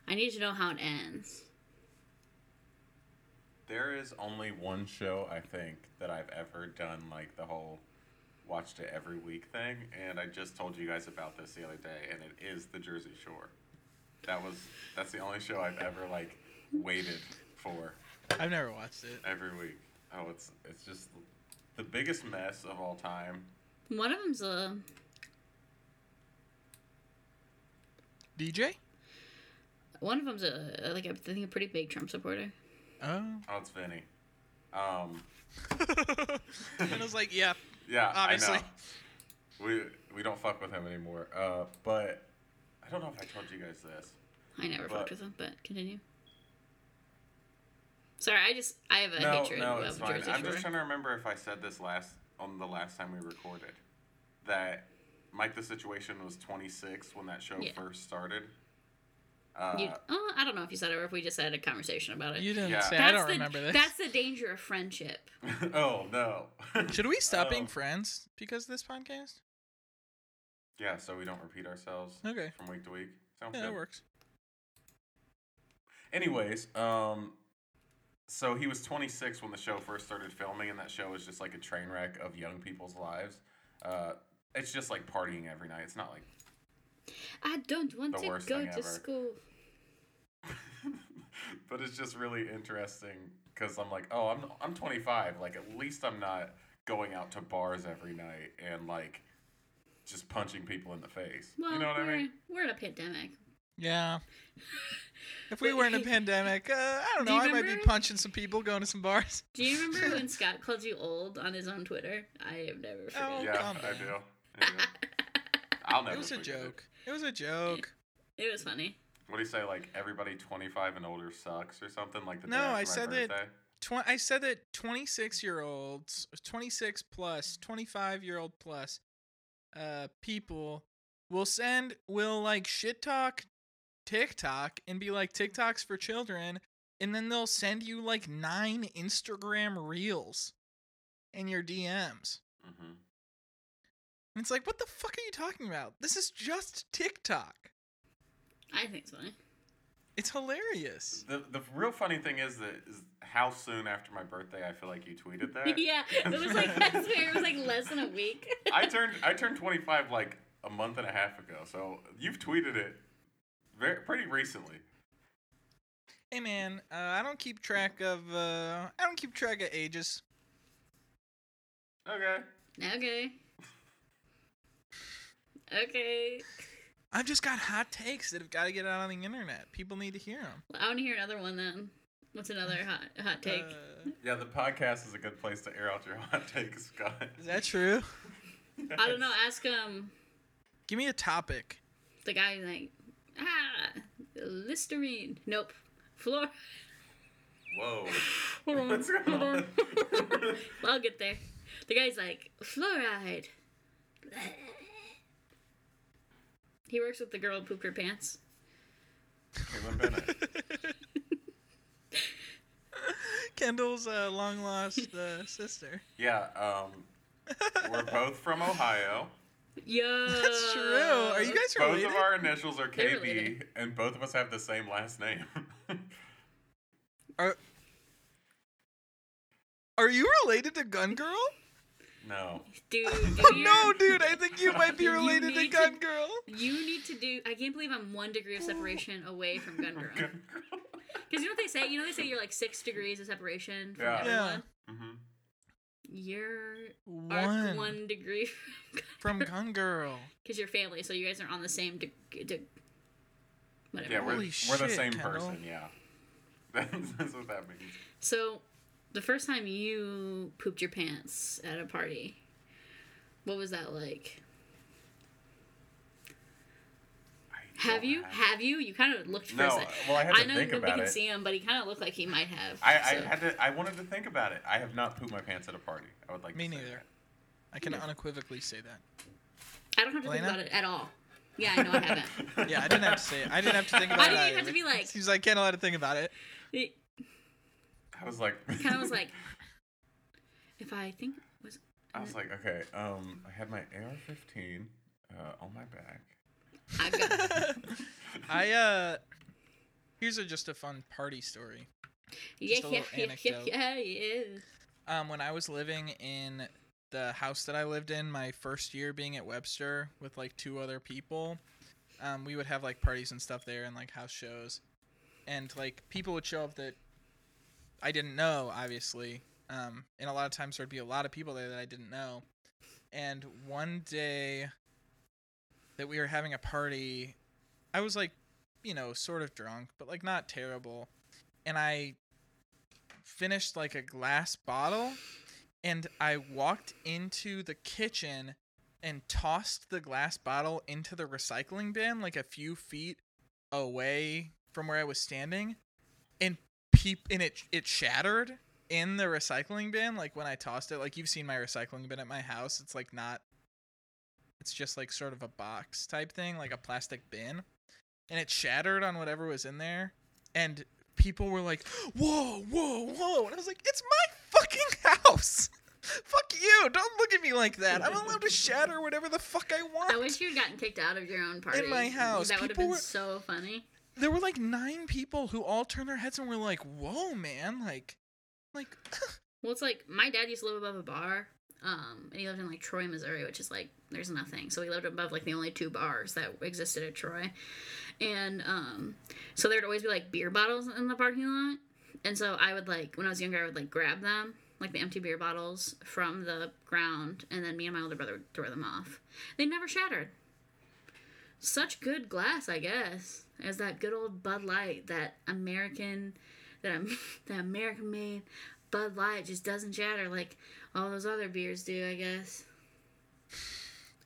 [SPEAKER 3] I need to know how it ends.
[SPEAKER 2] There is only one show I think that I've ever done like the whole watched it every week thing, and I just told you guys about this the other day, and it is The Jersey Shore. That was that's the only show I've ever like waited for
[SPEAKER 1] i've never watched it
[SPEAKER 2] every week. Oh, it's it's just the biggest mess of all time.
[SPEAKER 3] One of them's a
[SPEAKER 1] dj
[SPEAKER 3] one of them's a like I think a pretty big Trump supporter.
[SPEAKER 1] oh
[SPEAKER 2] (laughs) Oh, it's Vinny. Um,
[SPEAKER 1] and i was like yeah
[SPEAKER 2] Yeah,
[SPEAKER 1] Obviously.
[SPEAKER 2] I know. We we don't fuck with him anymore. Uh, but I don't know if I told you guys this.
[SPEAKER 3] I never
[SPEAKER 2] But-
[SPEAKER 3] fucked with him, but continue. Sorry, I just I have a
[SPEAKER 2] no,
[SPEAKER 3] hatred
[SPEAKER 2] no, it's
[SPEAKER 3] of
[SPEAKER 2] fine.
[SPEAKER 3] Jersey
[SPEAKER 2] I'm
[SPEAKER 3] Shore.
[SPEAKER 2] just trying to remember if I said this last on the last time we recorded. that Mike the Situation was 26 when that show
[SPEAKER 3] Yeah.
[SPEAKER 2] first started. Uh, (laughs)
[SPEAKER 3] You, oh, I don't know if you said it or if we just had a conversation about it.
[SPEAKER 1] You didn't
[SPEAKER 2] Yeah.
[SPEAKER 1] say. I don't
[SPEAKER 3] the,
[SPEAKER 1] remember this.
[SPEAKER 3] That's the danger of friendship.
[SPEAKER 2] oh no.
[SPEAKER 1] Should we
[SPEAKER 2] (laughs)
[SPEAKER 1] stop being
[SPEAKER 2] Oh.
[SPEAKER 1] friends because of this podcast?
[SPEAKER 2] yeah, so we don't repeat ourselves
[SPEAKER 1] Okay.
[SPEAKER 2] from week to week. Sounds
[SPEAKER 1] Yeah,
[SPEAKER 2] good.
[SPEAKER 1] that works.
[SPEAKER 2] Anyways, um, so he was 26 when the show first started filming, and that show is just like a train wreck of young people's lives. Uh, it's just like partying every night. It's not like (laughs)
[SPEAKER 3] I don't want
[SPEAKER 2] The
[SPEAKER 3] to
[SPEAKER 2] worst
[SPEAKER 3] go
[SPEAKER 2] thing
[SPEAKER 3] to
[SPEAKER 2] ever.
[SPEAKER 3] school.
[SPEAKER 2] but it's just really interesting because I'm like, oh, I'm I'm 25. Like at least I'm not going out to bars every night and like just punching people in the face.
[SPEAKER 3] Well,
[SPEAKER 2] you know what
[SPEAKER 3] we're,
[SPEAKER 2] I mean?
[SPEAKER 3] we're in a pandemic.
[SPEAKER 1] (laughs) Yeah. If we were in a pandemic, uh, I don't
[SPEAKER 3] Do
[SPEAKER 1] know.
[SPEAKER 3] you
[SPEAKER 1] I might be
[SPEAKER 3] remember?
[SPEAKER 1] punching some people, going to some bars.
[SPEAKER 3] Do you
[SPEAKER 1] (laughs)
[SPEAKER 3] remember when Scott called you old on his own Twitter? I have never
[SPEAKER 1] Oh,
[SPEAKER 3] forgotten.
[SPEAKER 2] yeah,
[SPEAKER 1] come
[SPEAKER 2] I
[SPEAKER 1] on.
[SPEAKER 2] do. I do. I'll never.
[SPEAKER 1] It was a
[SPEAKER 2] forget
[SPEAKER 1] joke. It was a joke.
[SPEAKER 3] It was funny.
[SPEAKER 2] What do you say? Like everybody 25 and older sucks or something? Like the day
[SPEAKER 1] No,
[SPEAKER 2] after
[SPEAKER 1] I
[SPEAKER 2] my
[SPEAKER 1] said that-
[SPEAKER 2] birthday?
[SPEAKER 1] Tw- I said that 26 year olds, 26 plus, 25 year old plus, uh, people will send, will like shit talk TikTok and be like TikToks for children, and then they'll send you like nine Instagram reels in your DMs.
[SPEAKER 2] Mhm.
[SPEAKER 1] And it's like, what the fuck are you talking about? This is just TikTok.
[SPEAKER 3] I think it's funny.
[SPEAKER 1] It's hilarious.
[SPEAKER 2] The the real funny thing is that is how soon after my birthday I feel like you
[SPEAKER 1] (laughs)
[SPEAKER 2] tweeted that.
[SPEAKER 3] (laughs) yeah, it was
[SPEAKER 2] (laughs)
[SPEAKER 3] like that's fair. It was like less than a week.
[SPEAKER 2] I turned I turned 25 like a month and a half ago. So you've tweeted it very pretty recently.
[SPEAKER 1] Hey man, uh, I don't keep track of uh, I don't keep track of ages.
[SPEAKER 2] Okay.
[SPEAKER 3] okay. Okay.
[SPEAKER 1] I've just got hot takes that have got to get out on the internet. People need to hear them.
[SPEAKER 3] Well, I want to hear another one then. What's another hot hot take?
[SPEAKER 1] Uh,
[SPEAKER 2] Yeah, the podcast is a good place to air out your (laughs) hot takes, Scott.
[SPEAKER 1] is that true?
[SPEAKER 3] I don't know. Ask um
[SPEAKER 1] Give me a topic.
[SPEAKER 3] the guy who's like ah Listerine. Nope. Floor.
[SPEAKER 2] Whoa.
[SPEAKER 1] (laughs)
[SPEAKER 3] Hold on.
[SPEAKER 2] What's going
[SPEAKER 3] hold
[SPEAKER 2] on?
[SPEAKER 3] on. (laughs)
[SPEAKER 1] Mm-hmm.
[SPEAKER 3] I'll get there. The guy's like, fluoride. (laughs) He works with the girl who pooped her pants.
[SPEAKER 2] Caitlin Bennett.
[SPEAKER 1] Kendall's uh, long lost
[SPEAKER 3] (laughs)
[SPEAKER 1] uh, sister.
[SPEAKER 2] Yeah, um we're both from Ohio.
[SPEAKER 3] Yo.
[SPEAKER 1] That's true.
[SPEAKER 3] Uh,
[SPEAKER 1] Are you guys
[SPEAKER 2] Both
[SPEAKER 1] related?
[SPEAKER 2] of our initials are
[SPEAKER 3] They're
[SPEAKER 2] KB
[SPEAKER 3] related.
[SPEAKER 2] and both of us have the same last name. (laughs)
[SPEAKER 1] Are Are you related to Gun Girl?
[SPEAKER 2] no.
[SPEAKER 3] Dude,
[SPEAKER 1] (laughs) Oh
[SPEAKER 3] do your-
[SPEAKER 1] no, dude! I think you might be
[SPEAKER 3] You
[SPEAKER 1] related to
[SPEAKER 3] need to-
[SPEAKER 1] Gun Girl.
[SPEAKER 3] You need to do. I can't believe I'm one degree of separation away from
[SPEAKER 1] (laughs)
[SPEAKER 3] Gun Girl. Because you know what they say? You know they say you're like six degrees of separation from
[SPEAKER 2] Yeah.
[SPEAKER 3] everyone?
[SPEAKER 2] Mhm.
[SPEAKER 3] You're
[SPEAKER 1] One,
[SPEAKER 3] one, one degree (laughs) from
[SPEAKER 1] from Gun Girl.
[SPEAKER 3] Because you're family, so you guys are on the same. De- de- whatever.
[SPEAKER 2] Yeah, we're,
[SPEAKER 1] Holy
[SPEAKER 2] we're the
[SPEAKER 1] shit,
[SPEAKER 2] same
[SPEAKER 1] Kendall.
[SPEAKER 2] person, yeah. (laughs) That's, that's what that means.
[SPEAKER 3] So, the first time you pooped your pants at a party, what was that like?
[SPEAKER 2] I
[SPEAKER 3] Have
[SPEAKER 2] don't
[SPEAKER 3] you? Have you? You kind of looked for
[SPEAKER 2] No,
[SPEAKER 3] a second.
[SPEAKER 2] well, I had to
[SPEAKER 3] know
[SPEAKER 2] think
[SPEAKER 3] nobody
[SPEAKER 2] about
[SPEAKER 3] can
[SPEAKER 2] it.
[SPEAKER 3] see him, but he kind of looked like he might have.
[SPEAKER 2] I, I
[SPEAKER 3] so.
[SPEAKER 2] had to. I wanted to think about it. I have not pooped my pants at a party. I would like.
[SPEAKER 1] Me
[SPEAKER 2] to say
[SPEAKER 1] neither.
[SPEAKER 2] that.
[SPEAKER 1] I can unequivocally say that.
[SPEAKER 3] I don't have to think
[SPEAKER 1] Elena?
[SPEAKER 3] about it at all. Yeah, I know I
[SPEAKER 2] (laughs)
[SPEAKER 3] haven't.
[SPEAKER 1] Yeah, I didn't have to say it. I didn't have to think about
[SPEAKER 3] Why
[SPEAKER 1] it.
[SPEAKER 3] did you
[SPEAKER 1] either.
[SPEAKER 3] have to be like-
[SPEAKER 1] She's like, can't let her think about
[SPEAKER 3] (laughs)
[SPEAKER 1] it.
[SPEAKER 3] It
[SPEAKER 2] I was like.
[SPEAKER 3] kind of was like, if I think was
[SPEAKER 2] (laughs) I was like, okay. Um, I had my AR-15 uh, on my back.
[SPEAKER 1] (laughs)
[SPEAKER 3] I got,
[SPEAKER 1] I uh here's a, just a fun party story.
[SPEAKER 3] yeah,
[SPEAKER 1] Just a
[SPEAKER 3] yeah,
[SPEAKER 1] little
[SPEAKER 3] yeah, yeah,
[SPEAKER 1] anecdote.
[SPEAKER 3] yeah, yeah.
[SPEAKER 1] Um when I was living in the house that I lived in my first year being at Webster with like two other people, um we would have like parties and stuff there and like house shows. And like people would show up that I didn't know, obviously. Um and a lot of times there'd be a lot of people there that I didn't know. And one day that we were having a party, I was like, you know, sort of drunk, but like not terrible. And I finished like a glass bottle and I walked into the kitchen and tossed the glass bottle into the recycling bin like a few feet away from where I was standing and peep and it it shattered in the recycling bin like when I tossed it like you've seen my recycling bin at my house it's like not It's just like sort of a box type thing, like a plastic bin, and it shattered on whatever was in there, and people were like, "Whoa, whoa, whoa!" And I was like, "It's my fucking house." (laughs) Fuck you! Don't look at me like that. I'm allowed to shatter whatever the fuck I want.
[SPEAKER 3] I wish you'd gotten kicked out of your own party.
[SPEAKER 1] my house,
[SPEAKER 3] That would have
[SPEAKER 1] people
[SPEAKER 3] been
[SPEAKER 1] were-
[SPEAKER 3] so funny.
[SPEAKER 1] there were like nine people who all turned their heads and were like, "Whoa, man!" Like, like (laughs)
[SPEAKER 3] Well, it's like my dad used to live above a bar, um, and he lived in like Troy, Missouri, which is like there's nothing. So he lived above like the only two bars that existed at Troy, and um, so there'd always be like beer bottles in the parking lot, and so I would like when I was younger, I would like grab them like the empty beer bottles from the ground, and then me and my older brother would throw them off. They never shattered. Such good glass, I guess, as that good old Bud Light, that American, that Am- (laughs) that American made Bud Light just doesn't shatter like all those other beers do, I guess.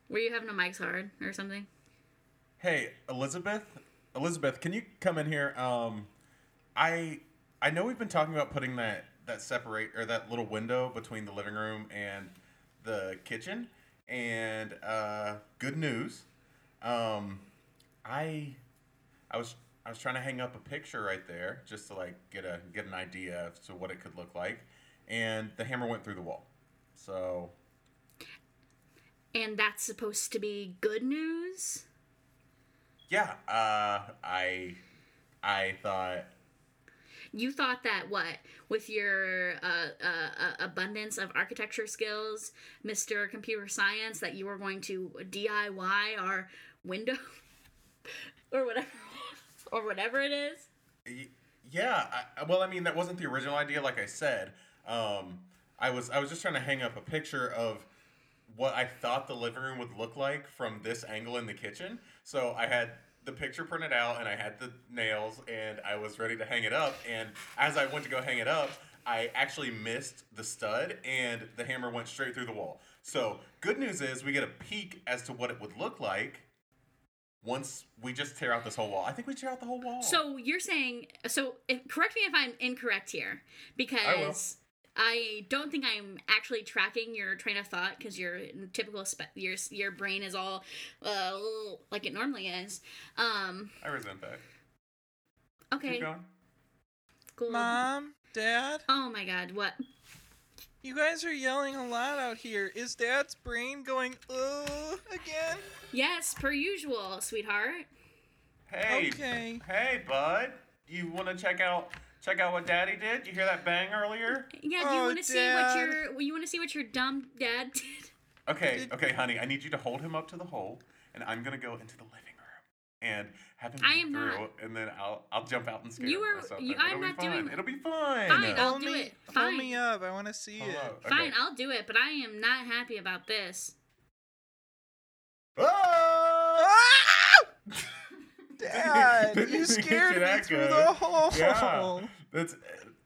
[SPEAKER 3] Were you having a Mike's Hard or something?
[SPEAKER 2] Hey, Elizabeth, Elizabeth, can you come in here? Um, I I know we've been talking about putting that that separate or that little window between the living room and the kitchen. And uh, good news, um, I I was I was trying to hang up a picture right there just to like get a get an idea as to what it could look like, and the hammer went through the wall. So
[SPEAKER 3] And that's supposed to be good news?
[SPEAKER 2] yeah, uh, I I thought.
[SPEAKER 3] You thought that what with your uh, uh, uh, abundance of architecture skills, Mister Computer Science, that you were going to DIY our window (laughs) or whatever or whatever it is.
[SPEAKER 2] Y- Yeah. I, I- well, I mean, that wasn't the original idea. Like I said, um, I was I was just trying to hang up a picture of what I thought the living room would look like from this angle in the kitchen. So I had the picture printed out and I had the nails and I was ready to hang it up. And as I went to go hang it up, I actually missed the stud and the hammer went straight through the wall. So good news is we get a peek as to what it would look like once we just tear out this whole wall. I think we tear out the whole wall.
[SPEAKER 3] So you're saying so? If, correct me if I'm incorrect here, because I, don't think I'm actually tracking your train of thought because your typical spe- your your brain is all uh, like it normally is. Um,
[SPEAKER 2] I resent that.
[SPEAKER 3] okay,
[SPEAKER 2] Keep going.
[SPEAKER 3] cool.
[SPEAKER 1] mom, dad,
[SPEAKER 3] Oh my god, what?
[SPEAKER 1] you guys are yelling a lot out here. Is dad's brain going oh again?
[SPEAKER 3] Yes, per usual, sweetheart.
[SPEAKER 2] Hey,
[SPEAKER 1] Okay.
[SPEAKER 2] hey, bud. You want to check out check out what Daddy did? You hear that bang earlier?
[SPEAKER 3] Yeah, do you
[SPEAKER 1] Oh,
[SPEAKER 3] want to see what
[SPEAKER 1] Dad.
[SPEAKER 3] your well, you want to see what your dumb dad did? (laughs)
[SPEAKER 2] Okay,
[SPEAKER 1] Did-
[SPEAKER 2] okay, honey. I need you to hold him up to the hole, and I'm gonna go into the living room and have him
[SPEAKER 3] I
[SPEAKER 2] come
[SPEAKER 3] am
[SPEAKER 2] through,
[SPEAKER 3] not.
[SPEAKER 2] and then I'll I'll jump out and scare
[SPEAKER 3] You
[SPEAKER 2] him
[SPEAKER 3] are-
[SPEAKER 2] or something.
[SPEAKER 3] you-
[SPEAKER 2] It'll
[SPEAKER 3] I'm
[SPEAKER 2] be
[SPEAKER 3] not
[SPEAKER 2] fine.
[SPEAKER 3] doing that.
[SPEAKER 2] It'll be fine.
[SPEAKER 3] Fine, I'll
[SPEAKER 1] Hold
[SPEAKER 3] do
[SPEAKER 1] me,
[SPEAKER 3] it.
[SPEAKER 1] Hold
[SPEAKER 3] Fine.
[SPEAKER 1] me up. I want to see
[SPEAKER 2] Hello,
[SPEAKER 1] it.
[SPEAKER 2] okay.
[SPEAKER 3] Fine, I'll do it, but I am not happy about this.
[SPEAKER 2] Ah!
[SPEAKER 1] Ah!
[SPEAKER 2] (laughs)
[SPEAKER 1] Dad,
[SPEAKER 2] Didn't
[SPEAKER 1] you
[SPEAKER 2] mean
[SPEAKER 1] scared
[SPEAKER 2] to
[SPEAKER 1] me
[SPEAKER 2] that
[SPEAKER 1] through
[SPEAKER 2] good.
[SPEAKER 1] the hole. (laughs)
[SPEAKER 2] Yeah, that's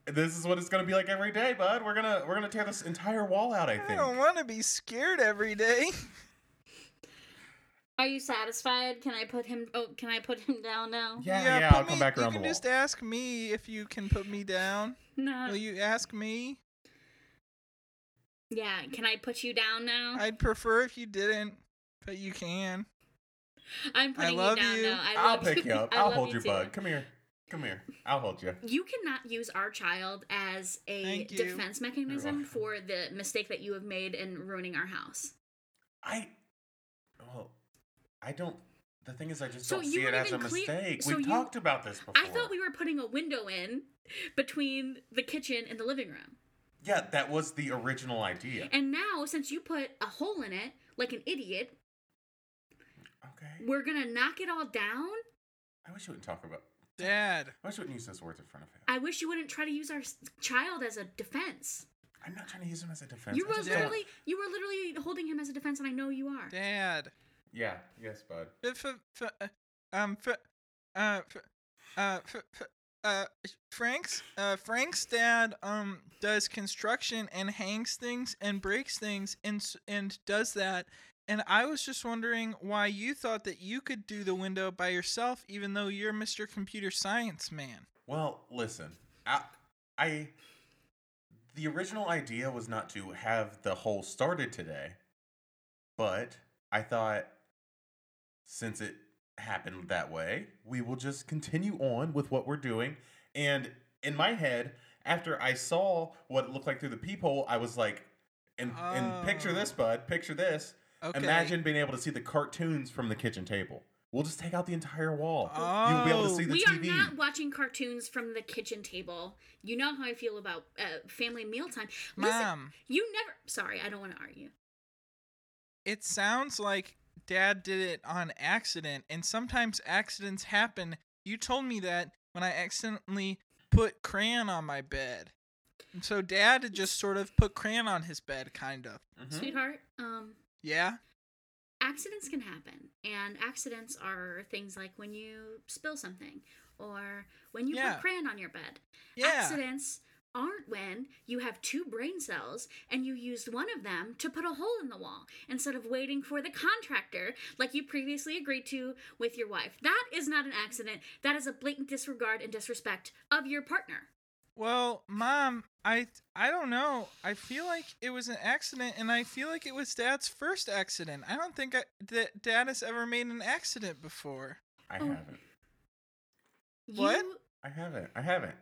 [SPEAKER 2] this is what it's gonna be like every day, bud. We're gonna we're gonna tear this entire wall out. I
[SPEAKER 1] I
[SPEAKER 2] think.
[SPEAKER 1] don't want to be scared every day.
[SPEAKER 3] Are you satisfied? Can I put him? Oh, can I put him down now?
[SPEAKER 2] yeah, yeah.
[SPEAKER 1] yeah, put
[SPEAKER 2] I'll come
[SPEAKER 1] me-
[SPEAKER 2] back around
[SPEAKER 1] You
[SPEAKER 2] the
[SPEAKER 1] can
[SPEAKER 2] wall.
[SPEAKER 1] just ask me if you can put me down.
[SPEAKER 3] No.
[SPEAKER 1] Will you ask me?
[SPEAKER 3] Yeah, can I put you down now?
[SPEAKER 1] I'd prefer if you didn't, but you can.
[SPEAKER 3] I, am putting
[SPEAKER 1] love
[SPEAKER 3] you down
[SPEAKER 1] you.
[SPEAKER 3] now. I
[SPEAKER 2] I'll
[SPEAKER 3] love
[SPEAKER 2] pick you up.
[SPEAKER 3] (laughs) I
[SPEAKER 2] I'll
[SPEAKER 3] love
[SPEAKER 2] hold
[SPEAKER 3] you
[SPEAKER 2] your
[SPEAKER 3] too.
[SPEAKER 2] bud. Come here. Come here. I'll hold you.
[SPEAKER 3] You cannot use our child as a
[SPEAKER 1] Thank you.
[SPEAKER 3] defense
[SPEAKER 2] welcome.
[SPEAKER 3] mechanism for the mistake that you have made in ruining our house.
[SPEAKER 2] I well, I don't. The thing is, I just
[SPEAKER 3] So
[SPEAKER 2] don't
[SPEAKER 3] you
[SPEAKER 2] see it
[SPEAKER 3] weren't
[SPEAKER 2] as a
[SPEAKER 3] even clear-
[SPEAKER 2] mistake.
[SPEAKER 3] so
[SPEAKER 2] We've
[SPEAKER 3] you-
[SPEAKER 2] talked about this before.
[SPEAKER 3] I thought we were putting a window in between the kitchen and the living room.
[SPEAKER 2] Yeah, that was the original idea.
[SPEAKER 3] And now, since you put a hole in it like an idiot,
[SPEAKER 2] Okay.
[SPEAKER 3] we're gonna knock it all down.
[SPEAKER 2] I wish you wouldn't talk about.
[SPEAKER 1] Dad,
[SPEAKER 2] I wish you wouldn't use those words in front of him.
[SPEAKER 3] I wish you wouldn't try to use our s- child as a defense.
[SPEAKER 2] I'm not trying to use him as a defense.
[SPEAKER 3] you
[SPEAKER 2] I
[SPEAKER 3] were
[SPEAKER 2] just
[SPEAKER 1] don't-
[SPEAKER 3] literally, you were literally holding him as a defense, and I know you are.
[SPEAKER 1] Dad.
[SPEAKER 2] don't- Yeah. Yes, bud.
[SPEAKER 1] F- f- f- uh, um, f- uh, f- uh, f- f- uh, Frank's, uh, Frank's dad, um, does construction and hangs things and breaks things and s- and does that. And I was just wondering why you thought that you could do the window by yourself, even though you're Mr. Computer Science Man.
[SPEAKER 2] Well, listen, I, I the original idea was not to have the hole started today, but I thought since it happened that way, we will just continue on with what we're doing. And in my head, after I saw what it looked like through the peephole, I was like, and, and picture this,
[SPEAKER 1] Oh.
[SPEAKER 2] bud, picture this.
[SPEAKER 1] Okay.
[SPEAKER 2] Imagine being able to see the cartoons from the kitchen table. We'll just take out the entire wall. You'll be able to
[SPEAKER 1] Oh.
[SPEAKER 2] see the
[SPEAKER 3] we
[SPEAKER 2] TV.
[SPEAKER 3] are not watching cartoons from the kitchen table. You know how I feel about uh, family mealtime. Listen,
[SPEAKER 1] Mom,
[SPEAKER 3] you never. Sorry, I don't want to argue.
[SPEAKER 1] it sounds like Dad did it on accident, and sometimes accidents happen. You told me that when I accidentally put crayon on my bed. And so Dad had just sort of put crayon on his bed, kind of.
[SPEAKER 2] Mhm.
[SPEAKER 3] Sweetheart, um,
[SPEAKER 1] Yeah.
[SPEAKER 3] accidents can happen. And accidents are things like when you spill something or when you
[SPEAKER 1] Yeah.
[SPEAKER 3] put crayon on your bed.
[SPEAKER 1] Yeah.
[SPEAKER 3] Accidents aren't when you have two brain cells and you used one of them to put a hole in the wall instead of waiting for the contractor like you previously agreed to with your wife. That is not an accident. That is a blatant disregard and disrespect of your partner.
[SPEAKER 1] Well, mom, I I don't know. I feel like it was an accident, and I feel like it was dad's first accident. I don't think I, that dad has ever made an accident before.
[SPEAKER 2] I
[SPEAKER 3] Oh.
[SPEAKER 2] haven't.
[SPEAKER 1] What?
[SPEAKER 3] You,
[SPEAKER 2] I haven't. I haven't.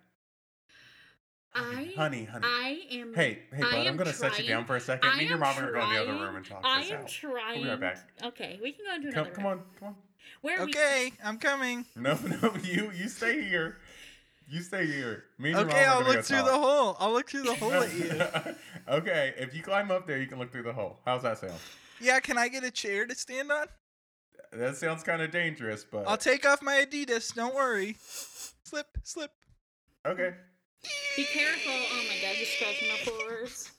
[SPEAKER 3] I,
[SPEAKER 2] honey, honey.
[SPEAKER 3] I am.
[SPEAKER 2] hey, hey,
[SPEAKER 3] I
[SPEAKER 2] bud,
[SPEAKER 3] am
[SPEAKER 2] I'm gonna set you
[SPEAKER 3] trying-
[SPEAKER 2] down for a second.
[SPEAKER 3] I
[SPEAKER 2] Me and your
[SPEAKER 3] am
[SPEAKER 2] mom are gonna go in the
[SPEAKER 3] trying-
[SPEAKER 2] other room and talk
[SPEAKER 3] I
[SPEAKER 2] this
[SPEAKER 3] am
[SPEAKER 2] out.
[SPEAKER 3] trying.
[SPEAKER 2] We'll be right back.
[SPEAKER 3] Okay, we can go into
[SPEAKER 2] Come,
[SPEAKER 3] another.
[SPEAKER 2] come
[SPEAKER 3] room.
[SPEAKER 2] on, come on.
[SPEAKER 3] Where we?
[SPEAKER 1] Okay, I'm coming.
[SPEAKER 2] No, (laughs) no, you, you stay here. You stay here. Me and your
[SPEAKER 1] Okay,
[SPEAKER 2] mom are
[SPEAKER 1] I'll
[SPEAKER 2] gonna
[SPEAKER 1] look
[SPEAKER 2] go
[SPEAKER 1] through the
[SPEAKER 2] talk.
[SPEAKER 1] hole. I'll look through the hole at
[SPEAKER 2] (laughs)
[SPEAKER 1] you.
[SPEAKER 2] okay, if you climb up there, you can look through the hole. How's that sound?
[SPEAKER 1] Yeah, can I get a chair to stand on?
[SPEAKER 2] That sounds kind of dangerous, but
[SPEAKER 1] I'll take off my Adidas. Don't worry. Slip, slip.
[SPEAKER 2] okay.
[SPEAKER 3] Be careful! Oh my God, you're scratching the floors.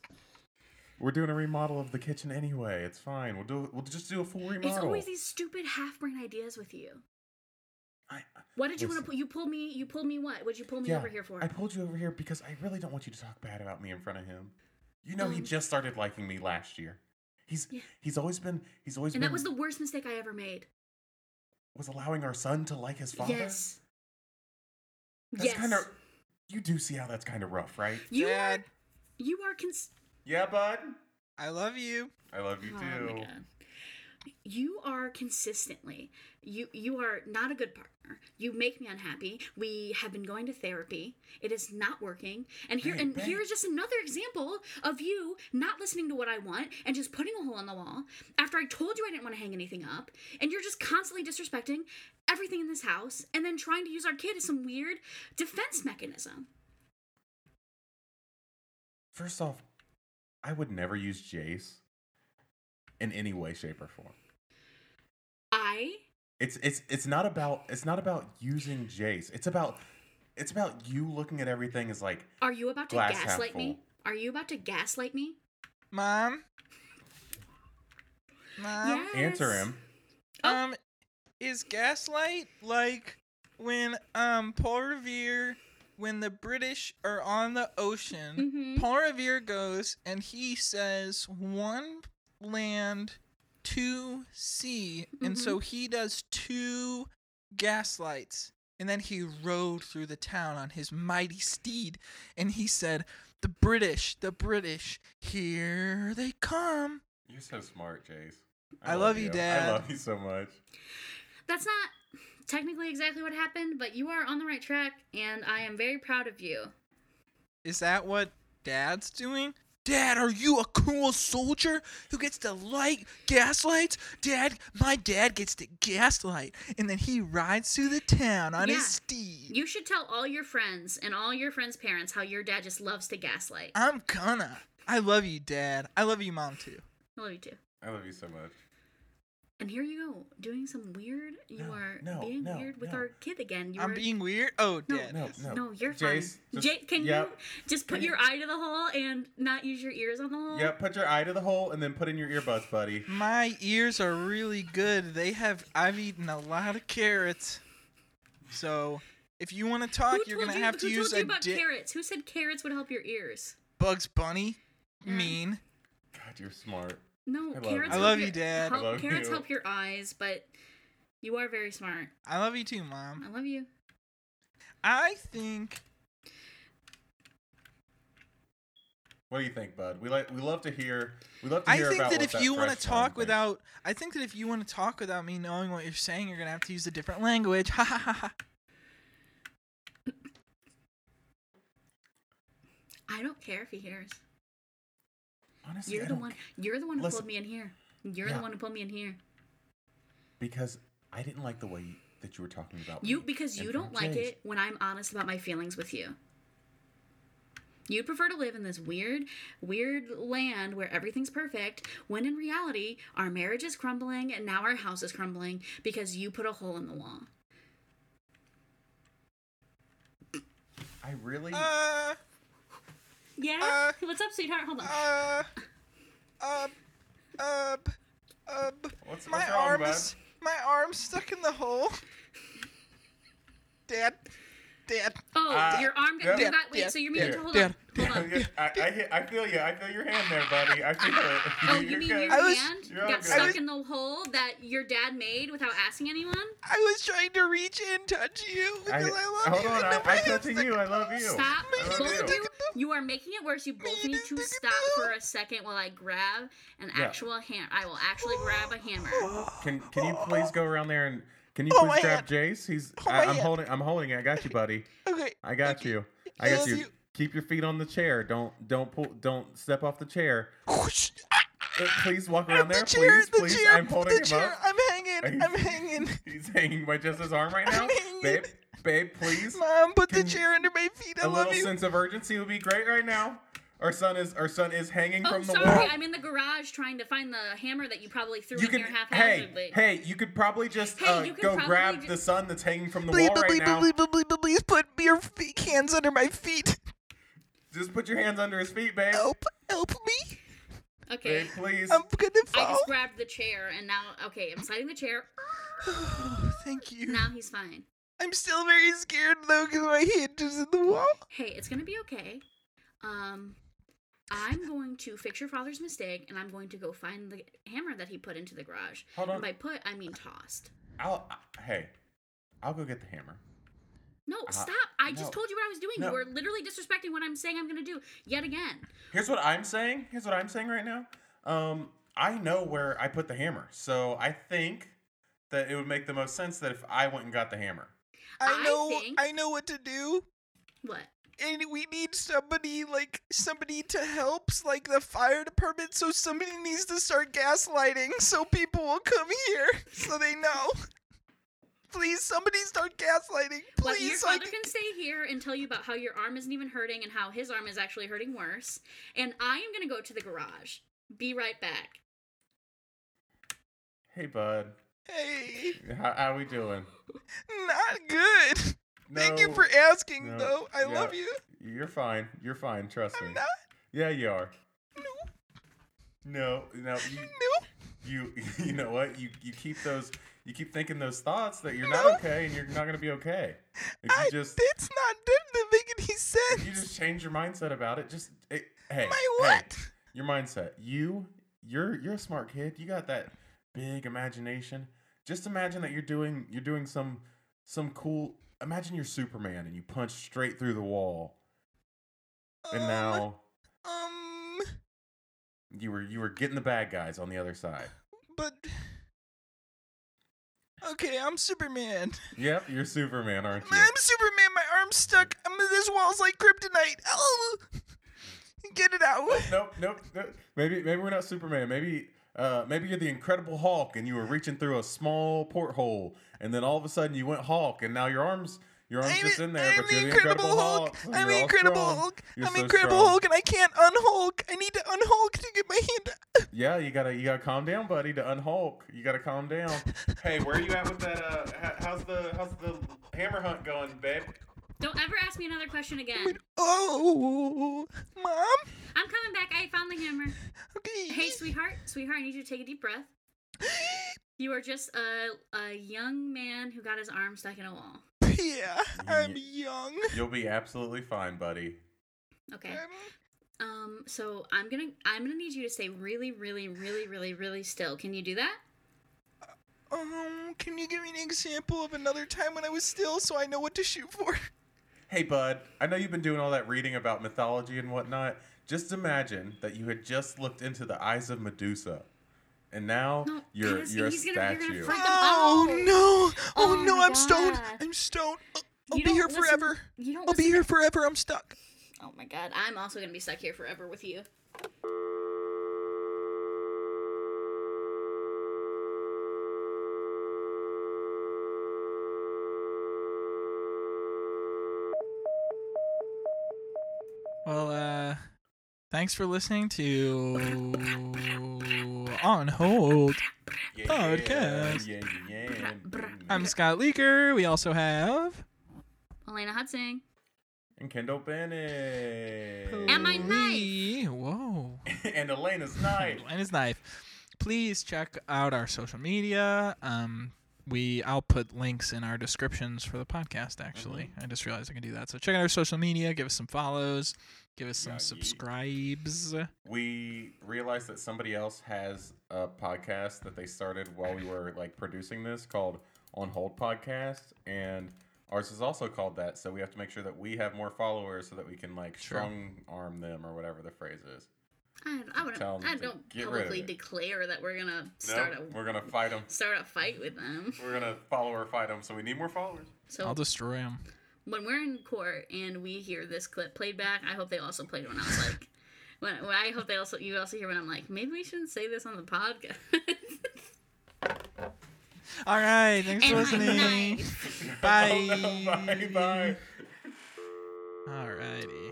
[SPEAKER 2] We're doing a remodel of the kitchen anyway. It's fine. We'll do. We'll just do a full remodel.
[SPEAKER 3] It's always these stupid half-brain ideas with you.
[SPEAKER 2] I-
[SPEAKER 3] What did you want to
[SPEAKER 2] Listen.
[SPEAKER 3] pull? You pulled me. You pulled me. What? Would you pull me over here for?
[SPEAKER 2] I pulled you over here because I really don't want you to talk bad about me in front of him. You know, he
[SPEAKER 3] Um,
[SPEAKER 2] just started liking me last year. He's
[SPEAKER 3] Yeah.
[SPEAKER 2] he's always been he's always
[SPEAKER 3] and
[SPEAKER 2] been
[SPEAKER 3] that was the worst mistake I ever made.
[SPEAKER 2] was allowing our son to like his father.
[SPEAKER 3] Yes.
[SPEAKER 2] That's
[SPEAKER 3] yes.
[SPEAKER 2] kind of you do see how that's kind of rough, right?
[SPEAKER 3] you
[SPEAKER 1] Dad,
[SPEAKER 3] are. You are. Cons-
[SPEAKER 2] Yeah, bud.
[SPEAKER 1] I love you.
[SPEAKER 2] I love you
[SPEAKER 3] oh my
[SPEAKER 2] too.
[SPEAKER 3] God. You are consistently. You you are not a good partner. You make me unhappy. We have been going to therapy. It is not working. And here
[SPEAKER 2] Hey,
[SPEAKER 3] and
[SPEAKER 2] babe.
[SPEAKER 3] here is just another example of you not listening to what I want and just putting a hole in the wall after I told you I didn't want to hang anything up. And you're just constantly disrespecting everything in this house and then trying to use our kid as some weird defense mechanism.
[SPEAKER 2] First off, I would never use Jace in any way, shape, or form.
[SPEAKER 3] I
[SPEAKER 2] It's it's it's not about it's not about using Jace. It's about it's about you looking at everything as like
[SPEAKER 3] are you about to
[SPEAKER 2] Glass half
[SPEAKER 3] gaslight me?
[SPEAKER 2] full.
[SPEAKER 3] Are you about to gaslight me?
[SPEAKER 1] Mom. Mom.
[SPEAKER 2] answer
[SPEAKER 3] Yes.
[SPEAKER 2] him.
[SPEAKER 3] Oh.
[SPEAKER 1] Um, is gaslight like when um Paul Revere, when the British are on the ocean,
[SPEAKER 3] Mhm.
[SPEAKER 1] Paul Revere goes and he says one land, two sea, and so he does two gaslights. And then he rode through the town on his mighty steed, and he said, "The British, the British, here they come."
[SPEAKER 2] You're so smart, Jace.
[SPEAKER 1] I love you, Dad.
[SPEAKER 2] I love you so much.
[SPEAKER 3] That's not technically exactly what happened, but you are on the right track, and I am very proud of you.
[SPEAKER 1] Is that what dad's doing? Dad, are you a cool soldier who gets to light gaslights? Dad, my dad gets to gaslight, and then he rides through the town on
[SPEAKER 3] Yeah.
[SPEAKER 1] his steed.
[SPEAKER 3] You should tell all your friends and all your friends' parents how your dad just loves to gaslight.
[SPEAKER 1] I'm gonna. I love you, Dad. I love you, Mom, too.
[SPEAKER 3] I love you too.
[SPEAKER 2] I love you so much.
[SPEAKER 3] And here you go, doing some weird. You
[SPEAKER 2] No,
[SPEAKER 3] are
[SPEAKER 2] no,
[SPEAKER 3] being
[SPEAKER 2] no,
[SPEAKER 3] weird with
[SPEAKER 2] no.
[SPEAKER 3] our kid again. You
[SPEAKER 1] I'm
[SPEAKER 3] are,
[SPEAKER 1] being weird. Oh,
[SPEAKER 3] No,
[SPEAKER 1] Dad.
[SPEAKER 2] No, no.
[SPEAKER 3] No, you're
[SPEAKER 2] Jace,
[SPEAKER 3] fine.
[SPEAKER 2] just-
[SPEAKER 3] Jake, can
[SPEAKER 2] yep.
[SPEAKER 3] you just put
[SPEAKER 2] Can you-
[SPEAKER 3] your eye to the hole and not use your ears on the hole?
[SPEAKER 2] Yeah, put your eye to the hole and then put in your earbuds, buddy.
[SPEAKER 1] My ears are really good. They have. I've eaten a lot of carrots. So, if you want to talk,
[SPEAKER 3] Who
[SPEAKER 1] you're
[SPEAKER 3] told
[SPEAKER 1] gonna
[SPEAKER 3] you,
[SPEAKER 1] have
[SPEAKER 3] who
[SPEAKER 1] to
[SPEAKER 3] told
[SPEAKER 1] use
[SPEAKER 3] you
[SPEAKER 1] a
[SPEAKER 3] about
[SPEAKER 1] di-
[SPEAKER 3] carrots? Who said carrots would help your ears?
[SPEAKER 1] Bugs Bunny.
[SPEAKER 3] Yeah.
[SPEAKER 1] Mean.
[SPEAKER 2] God, you're smart.
[SPEAKER 3] No,
[SPEAKER 2] I love
[SPEAKER 3] carrots.
[SPEAKER 2] you. I
[SPEAKER 3] help
[SPEAKER 1] love
[SPEAKER 3] your-
[SPEAKER 1] you, Dad. I
[SPEAKER 3] help-
[SPEAKER 2] love
[SPEAKER 3] carrots
[SPEAKER 2] you.
[SPEAKER 3] help your eyes, but you are very smart.
[SPEAKER 1] I love you too, Mom.
[SPEAKER 3] I love you.
[SPEAKER 1] I think
[SPEAKER 2] What do you think, Bud? We like we love to hear. We love to
[SPEAKER 1] I
[SPEAKER 2] hear
[SPEAKER 1] think
[SPEAKER 2] about
[SPEAKER 1] that
[SPEAKER 2] what
[SPEAKER 1] if you want to
[SPEAKER 2] fresh
[SPEAKER 1] talk
[SPEAKER 2] one thinks.
[SPEAKER 1] without, I think that if you want to talk without me knowing what you're saying, you're gonna have to use a different language. (laughs) Ha ha ha ha.
[SPEAKER 3] I don't care if he hears.
[SPEAKER 2] honestly,
[SPEAKER 3] You're
[SPEAKER 2] I
[SPEAKER 3] the
[SPEAKER 2] don't
[SPEAKER 3] one.
[SPEAKER 2] ca-
[SPEAKER 3] You're the one who
[SPEAKER 2] Listen.
[SPEAKER 3] pulled me in here. You're
[SPEAKER 2] Yeah.
[SPEAKER 3] the one who pulled me in here.
[SPEAKER 2] because I didn't like the way that you were talking about
[SPEAKER 3] You
[SPEAKER 2] me
[SPEAKER 3] because
[SPEAKER 2] in
[SPEAKER 3] you
[SPEAKER 2] front
[SPEAKER 3] don't
[SPEAKER 2] of
[SPEAKER 3] like
[SPEAKER 2] James.
[SPEAKER 3] it when I'm honest about my feelings with you. You prefer to live in this weird, weird land where everything's perfect, when in reality, our marriage is crumbling and now our house is crumbling because you put a hole in the wall.
[SPEAKER 2] I really.
[SPEAKER 1] Uh,
[SPEAKER 3] Yeah?
[SPEAKER 1] Uh,
[SPEAKER 3] What's up, sweetheart? Hold on.
[SPEAKER 1] uh, up, up, up.
[SPEAKER 4] What's,
[SPEAKER 1] My
[SPEAKER 4] what's wrong,
[SPEAKER 1] arm
[SPEAKER 4] bud?
[SPEAKER 1] is my arm's stuck in the hole. Dad, dad,
[SPEAKER 3] oh,
[SPEAKER 4] uh,
[SPEAKER 3] your arm got.
[SPEAKER 4] yeah,
[SPEAKER 3] you got wait,
[SPEAKER 1] yeah,
[SPEAKER 3] so you're
[SPEAKER 2] (laughs)
[SPEAKER 3] meaning
[SPEAKER 2] yeah,
[SPEAKER 3] to hold
[SPEAKER 1] Dad,
[SPEAKER 3] on. Hold on.
[SPEAKER 4] I, I, hit- I feel you. I feel your hand there, buddy. I feel it.
[SPEAKER 3] (laughs)
[SPEAKER 2] (laughs)
[SPEAKER 3] Oh, you mean your
[SPEAKER 1] I was-
[SPEAKER 3] hand
[SPEAKER 4] you're all
[SPEAKER 3] got
[SPEAKER 4] good.
[SPEAKER 1] I
[SPEAKER 3] stuck
[SPEAKER 1] was-
[SPEAKER 3] in the hole that your dad made without asking anyone?
[SPEAKER 1] I was trying to reach in, touch you
[SPEAKER 2] I,
[SPEAKER 1] because I, love
[SPEAKER 2] hold
[SPEAKER 1] you.
[SPEAKER 2] on,
[SPEAKER 1] and
[SPEAKER 2] I,
[SPEAKER 1] now my
[SPEAKER 2] I'm
[SPEAKER 1] hand's
[SPEAKER 2] touching
[SPEAKER 1] stuck
[SPEAKER 2] you.
[SPEAKER 1] in
[SPEAKER 2] I
[SPEAKER 1] the
[SPEAKER 2] love
[SPEAKER 1] hole.
[SPEAKER 2] you.
[SPEAKER 3] Stop.
[SPEAKER 1] Me
[SPEAKER 2] I
[SPEAKER 3] Both
[SPEAKER 2] love
[SPEAKER 3] of
[SPEAKER 2] you.
[SPEAKER 3] you, you are making it worse. You both need to stop for a second while I grab an
[SPEAKER 2] Yeah.
[SPEAKER 3] actual hammer. I will actually grab a hammer.
[SPEAKER 2] Can Can you please go around there and can you
[SPEAKER 1] Oh, my
[SPEAKER 2] please grab
[SPEAKER 1] hand.
[SPEAKER 2] Jace? He's.
[SPEAKER 1] Oh,
[SPEAKER 2] I,
[SPEAKER 1] my
[SPEAKER 2] I'm
[SPEAKER 1] hand.
[SPEAKER 2] holding. I'm holding it. I got
[SPEAKER 1] (laughs)
[SPEAKER 2] you, buddy. (laughs)
[SPEAKER 1] Okay,
[SPEAKER 2] I got you. I
[SPEAKER 1] I
[SPEAKER 2] got
[SPEAKER 1] love
[SPEAKER 2] you.
[SPEAKER 1] you.
[SPEAKER 2] Keep your feet on the chair. Don't don't pull. Don't step off the chair.
[SPEAKER 1] Whoosh. Ah,
[SPEAKER 2] Uh, Please walk
[SPEAKER 1] (laughs)
[SPEAKER 2] around
[SPEAKER 1] the
[SPEAKER 2] there,
[SPEAKER 1] chair,
[SPEAKER 2] please,
[SPEAKER 1] the
[SPEAKER 2] please.
[SPEAKER 1] chair,
[SPEAKER 2] I'm holding
[SPEAKER 1] the
[SPEAKER 2] him
[SPEAKER 1] chair.
[SPEAKER 2] up.
[SPEAKER 1] I'm hanging.
[SPEAKER 2] Are
[SPEAKER 1] I'm
[SPEAKER 2] you-
[SPEAKER 1] hanging.
[SPEAKER 2] He's hanging by just
[SPEAKER 1] (laughs)
[SPEAKER 2] his arm right now.
[SPEAKER 1] hanging.
[SPEAKER 2] Babe, babe, please.
[SPEAKER 1] Mom, put the
[SPEAKER 2] Can-
[SPEAKER 1] chair under my feet. I
[SPEAKER 2] A little
[SPEAKER 1] love you.
[SPEAKER 2] sense of urgency would be great right now. Our son is our son is hanging
[SPEAKER 3] Oh,
[SPEAKER 2] from the
[SPEAKER 3] sorry.
[SPEAKER 2] wall.
[SPEAKER 3] I'm in the garage trying to find the hammer that you probably threw
[SPEAKER 2] you
[SPEAKER 3] in
[SPEAKER 2] can
[SPEAKER 3] here half-hazardly.
[SPEAKER 2] hey hey you could probably just
[SPEAKER 3] Hey,
[SPEAKER 2] uh,
[SPEAKER 3] you could
[SPEAKER 2] go
[SPEAKER 3] probably
[SPEAKER 2] grab
[SPEAKER 3] ju-
[SPEAKER 2] the son that's hanging from the
[SPEAKER 1] Please,
[SPEAKER 2] wall right
[SPEAKER 1] please,
[SPEAKER 2] now.
[SPEAKER 1] please, please, please, please put your feet, hands under my feet.
[SPEAKER 2] Just put your hands under his feet, babe.
[SPEAKER 1] Help, help me.
[SPEAKER 3] Okay.
[SPEAKER 2] Babe, Oh. please.
[SPEAKER 1] I'm gonna
[SPEAKER 3] I
[SPEAKER 1] fall.
[SPEAKER 3] just grabbed the chair and now, okay, I'm sliding the chair.
[SPEAKER 1] Thank you.
[SPEAKER 3] Now he's fine.
[SPEAKER 1] I'm still very scared though because my hand is in the wall.
[SPEAKER 3] Hey, it's gonna be okay. Um, I'm going to fix your father's mistake and I'm going to go find the hammer that he put into the garage.
[SPEAKER 2] Hold on.
[SPEAKER 3] And by put, I mean tossed.
[SPEAKER 2] I'll I- hey, I'll go get the hammer.
[SPEAKER 3] No, stop. I just
[SPEAKER 2] Uh-huh. no.
[SPEAKER 3] told you what I was doing.
[SPEAKER 2] No.
[SPEAKER 3] You were literally disrespecting what I'm saying I'm going to do yet again.
[SPEAKER 2] Here's what I'm saying. Here's what I'm saying right now. Um, I know where I put the hammer, so I think that it would make the most sense that if I went and got the hammer.
[SPEAKER 1] I
[SPEAKER 3] I
[SPEAKER 1] know.
[SPEAKER 3] think-
[SPEAKER 1] I know what to do.
[SPEAKER 3] What?
[SPEAKER 1] and we need somebody like somebody to help like the fire department so somebody needs to start gaslighting so people will come here so they know please somebody start gaslighting
[SPEAKER 3] What, your
[SPEAKER 1] please
[SPEAKER 3] father
[SPEAKER 1] like
[SPEAKER 3] can stay here and tell you about how your arm isn't even hurting and how his arm is actually hurting worse. And I am going to go to the garage. Be right back.
[SPEAKER 2] Hey, bud,
[SPEAKER 1] hey
[SPEAKER 2] how, how we doing?
[SPEAKER 1] not good thank you
[SPEAKER 2] No,
[SPEAKER 1] for asking
[SPEAKER 2] no,
[SPEAKER 1] though i
[SPEAKER 2] yeah.
[SPEAKER 1] love you
[SPEAKER 2] You're fine. You're fine. Trust me.
[SPEAKER 1] i'm not
[SPEAKER 2] Yeah, you are.
[SPEAKER 1] no
[SPEAKER 2] No, no. You,
[SPEAKER 1] no
[SPEAKER 2] you you (laughs) know what you you keep those you keep thinking those thoughts that you're
[SPEAKER 1] No.
[SPEAKER 2] not okay and you're not gonna be okay if
[SPEAKER 1] I,
[SPEAKER 2] you just
[SPEAKER 1] that's not doesn't make any
[SPEAKER 2] if you
[SPEAKER 1] sense
[SPEAKER 2] just change your mindset about it just it, hey
[SPEAKER 1] (laughs) my
[SPEAKER 2] hey, (laughs)
[SPEAKER 1] what
[SPEAKER 2] your mindset you you're you're a smart kid you got that big imagination just imagine that you're doing you're doing some some cool imagine you're superman and you punch straight through the wall and
[SPEAKER 1] Um,
[SPEAKER 2] now
[SPEAKER 1] um
[SPEAKER 2] you were you were getting the bad guys on the other side
[SPEAKER 1] But okay, I'm Superman.
[SPEAKER 2] yep you're superman aren't you
[SPEAKER 1] I'm Superman. My arm's stuck. I'm, this wall's like kryptonite. Oh, (laughs) get it out!
[SPEAKER 2] nope, nope, nope. Maybe maybe we're not Superman. Maybe uh, maybe you're the Incredible Hulk, and you were reaching through a small porthole, and then all of a sudden you went Hulk, and now your arms your arms
[SPEAKER 1] I'm,
[SPEAKER 2] just in there,
[SPEAKER 1] I'm
[SPEAKER 2] but you're the Incredible Hulk. so
[SPEAKER 1] I'm
[SPEAKER 2] you're all
[SPEAKER 1] the Incredible
[SPEAKER 2] strong.
[SPEAKER 1] Hulk.
[SPEAKER 2] You're
[SPEAKER 1] I'm
[SPEAKER 2] so
[SPEAKER 1] Incredible
[SPEAKER 2] strong.
[SPEAKER 1] Hulk, and I can't unhulk. I need to unhulk to get my hand. out.
[SPEAKER 2] Yeah, you gotta you gotta calm down, buddy. To unhulk, you gotta calm down.
[SPEAKER 4] Hey, where are you at with that? Uh, h- how's the how's the hammer hunt going, babe?
[SPEAKER 3] Don't ever ask me another question again.
[SPEAKER 1] Oh, mom.
[SPEAKER 3] I'm coming back. I found the hammer.
[SPEAKER 1] Okay.
[SPEAKER 3] Hey, sweetheart. Sweetheart, I need you to take a
[SPEAKER 1] (gasps)
[SPEAKER 3] deep breath. You are just a, a young man who got his arm stuck in a wall.
[SPEAKER 1] yeah, I'm young.
[SPEAKER 2] You'll be absolutely fine, buddy.
[SPEAKER 3] Okay.
[SPEAKER 1] Um,
[SPEAKER 3] Um, so I'm gonna I'm gonna need you to stay really, really, really, really, really still. Can you do that?
[SPEAKER 1] um, can you give me an example of another time when I was still, so I know what to shoot for?
[SPEAKER 2] Hey, bud. I know you've been doing all that reading about mythology and whatnot. Just imagine that you had just looked into the eyes of Medusa, and now
[SPEAKER 3] No,
[SPEAKER 2] you're
[SPEAKER 3] Addison,
[SPEAKER 2] you're a
[SPEAKER 3] he's gonna- you're gonna
[SPEAKER 2] statue.
[SPEAKER 3] freak-
[SPEAKER 1] Oh
[SPEAKER 3] Oh.
[SPEAKER 1] no! Oh,
[SPEAKER 3] Oh
[SPEAKER 1] no!
[SPEAKER 3] my
[SPEAKER 1] I'm stoned.
[SPEAKER 3] God.
[SPEAKER 1] I'm stoned. I'll, I'll
[SPEAKER 3] You
[SPEAKER 1] be
[SPEAKER 3] don't
[SPEAKER 1] here
[SPEAKER 3] listen-
[SPEAKER 1] forever.
[SPEAKER 3] You don't
[SPEAKER 1] I'll be
[SPEAKER 3] listen-
[SPEAKER 1] here forever. I'm stuck.
[SPEAKER 3] Oh my god, I'm also gonna be stuck here forever with you.
[SPEAKER 1] Well, uh, thanks for listening to (laughs) On Hold.
[SPEAKER 2] Yeah,
[SPEAKER 1] Podcast.
[SPEAKER 2] Yeah, yeah, yeah.
[SPEAKER 1] I'm Scott Leaker. We also have.
[SPEAKER 3] Elena Hudson.
[SPEAKER 2] and Kendall Bennett.
[SPEAKER 3] And my knife.
[SPEAKER 1] Lee- Whoa.
[SPEAKER 2] (laughs) and Elena's knife.
[SPEAKER 1] and his knife. Please check out our social media. Um, we I'll put links in our descriptions for the podcast. Actually, I just realized I can do that. So check out our social media. Give us some follows. Give us some
[SPEAKER 2] Yeah, ye-
[SPEAKER 1] subscribes.
[SPEAKER 2] we realized that somebody else has a podcast that they started while we were like producing this called On Hold Podcast, and ours is also called that. So we have to make sure that we have more followers so that we can like
[SPEAKER 1] Sure.
[SPEAKER 2] strong arm them or whatever the phrase is.
[SPEAKER 3] I, I wouldn't.
[SPEAKER 2] Tell 'em
[SPEAKER 3] I
[SPEAKER 2] to
[SPEAKER 3] don't
[SPEAKER 2] get rid of
[SPEAKER 3] publicly
[SPEAKER 2] it.
[SPEAKER 3] declare that we're gonna
[SPEAKER 4] No,
[SPEAKER 3] start a
[SPEAKER 2] we're gonna fight them.
[SPEAKER 3] start a fight with them.
[SPEAKER 4] We're gonna follow or fight them, so we need more followers.
[SPEAKER 2] (laughs)
[SPEAKER 3] So
[SPEAKER 1] I'll destroy him.
[SPEAKER 3] when we're in court and we hear this clip played back, I hope they also played when I was like, (laughs) when, when I hope they also you also hear when I'm like, maybe we shouldn't say this on the podcast. (laughs)
[SPEAKER 1] All right. Thanks for
[SPEAKER 3] and my
[SPEAKER 1] listening.
[SPEAKER 2] (laughs)
[SPEAKER 3] knife.
[SPEAKER 1] Bye.
[SPEAKER 2] Oh, no, bye bye.
[SPEAKER 1] All righty.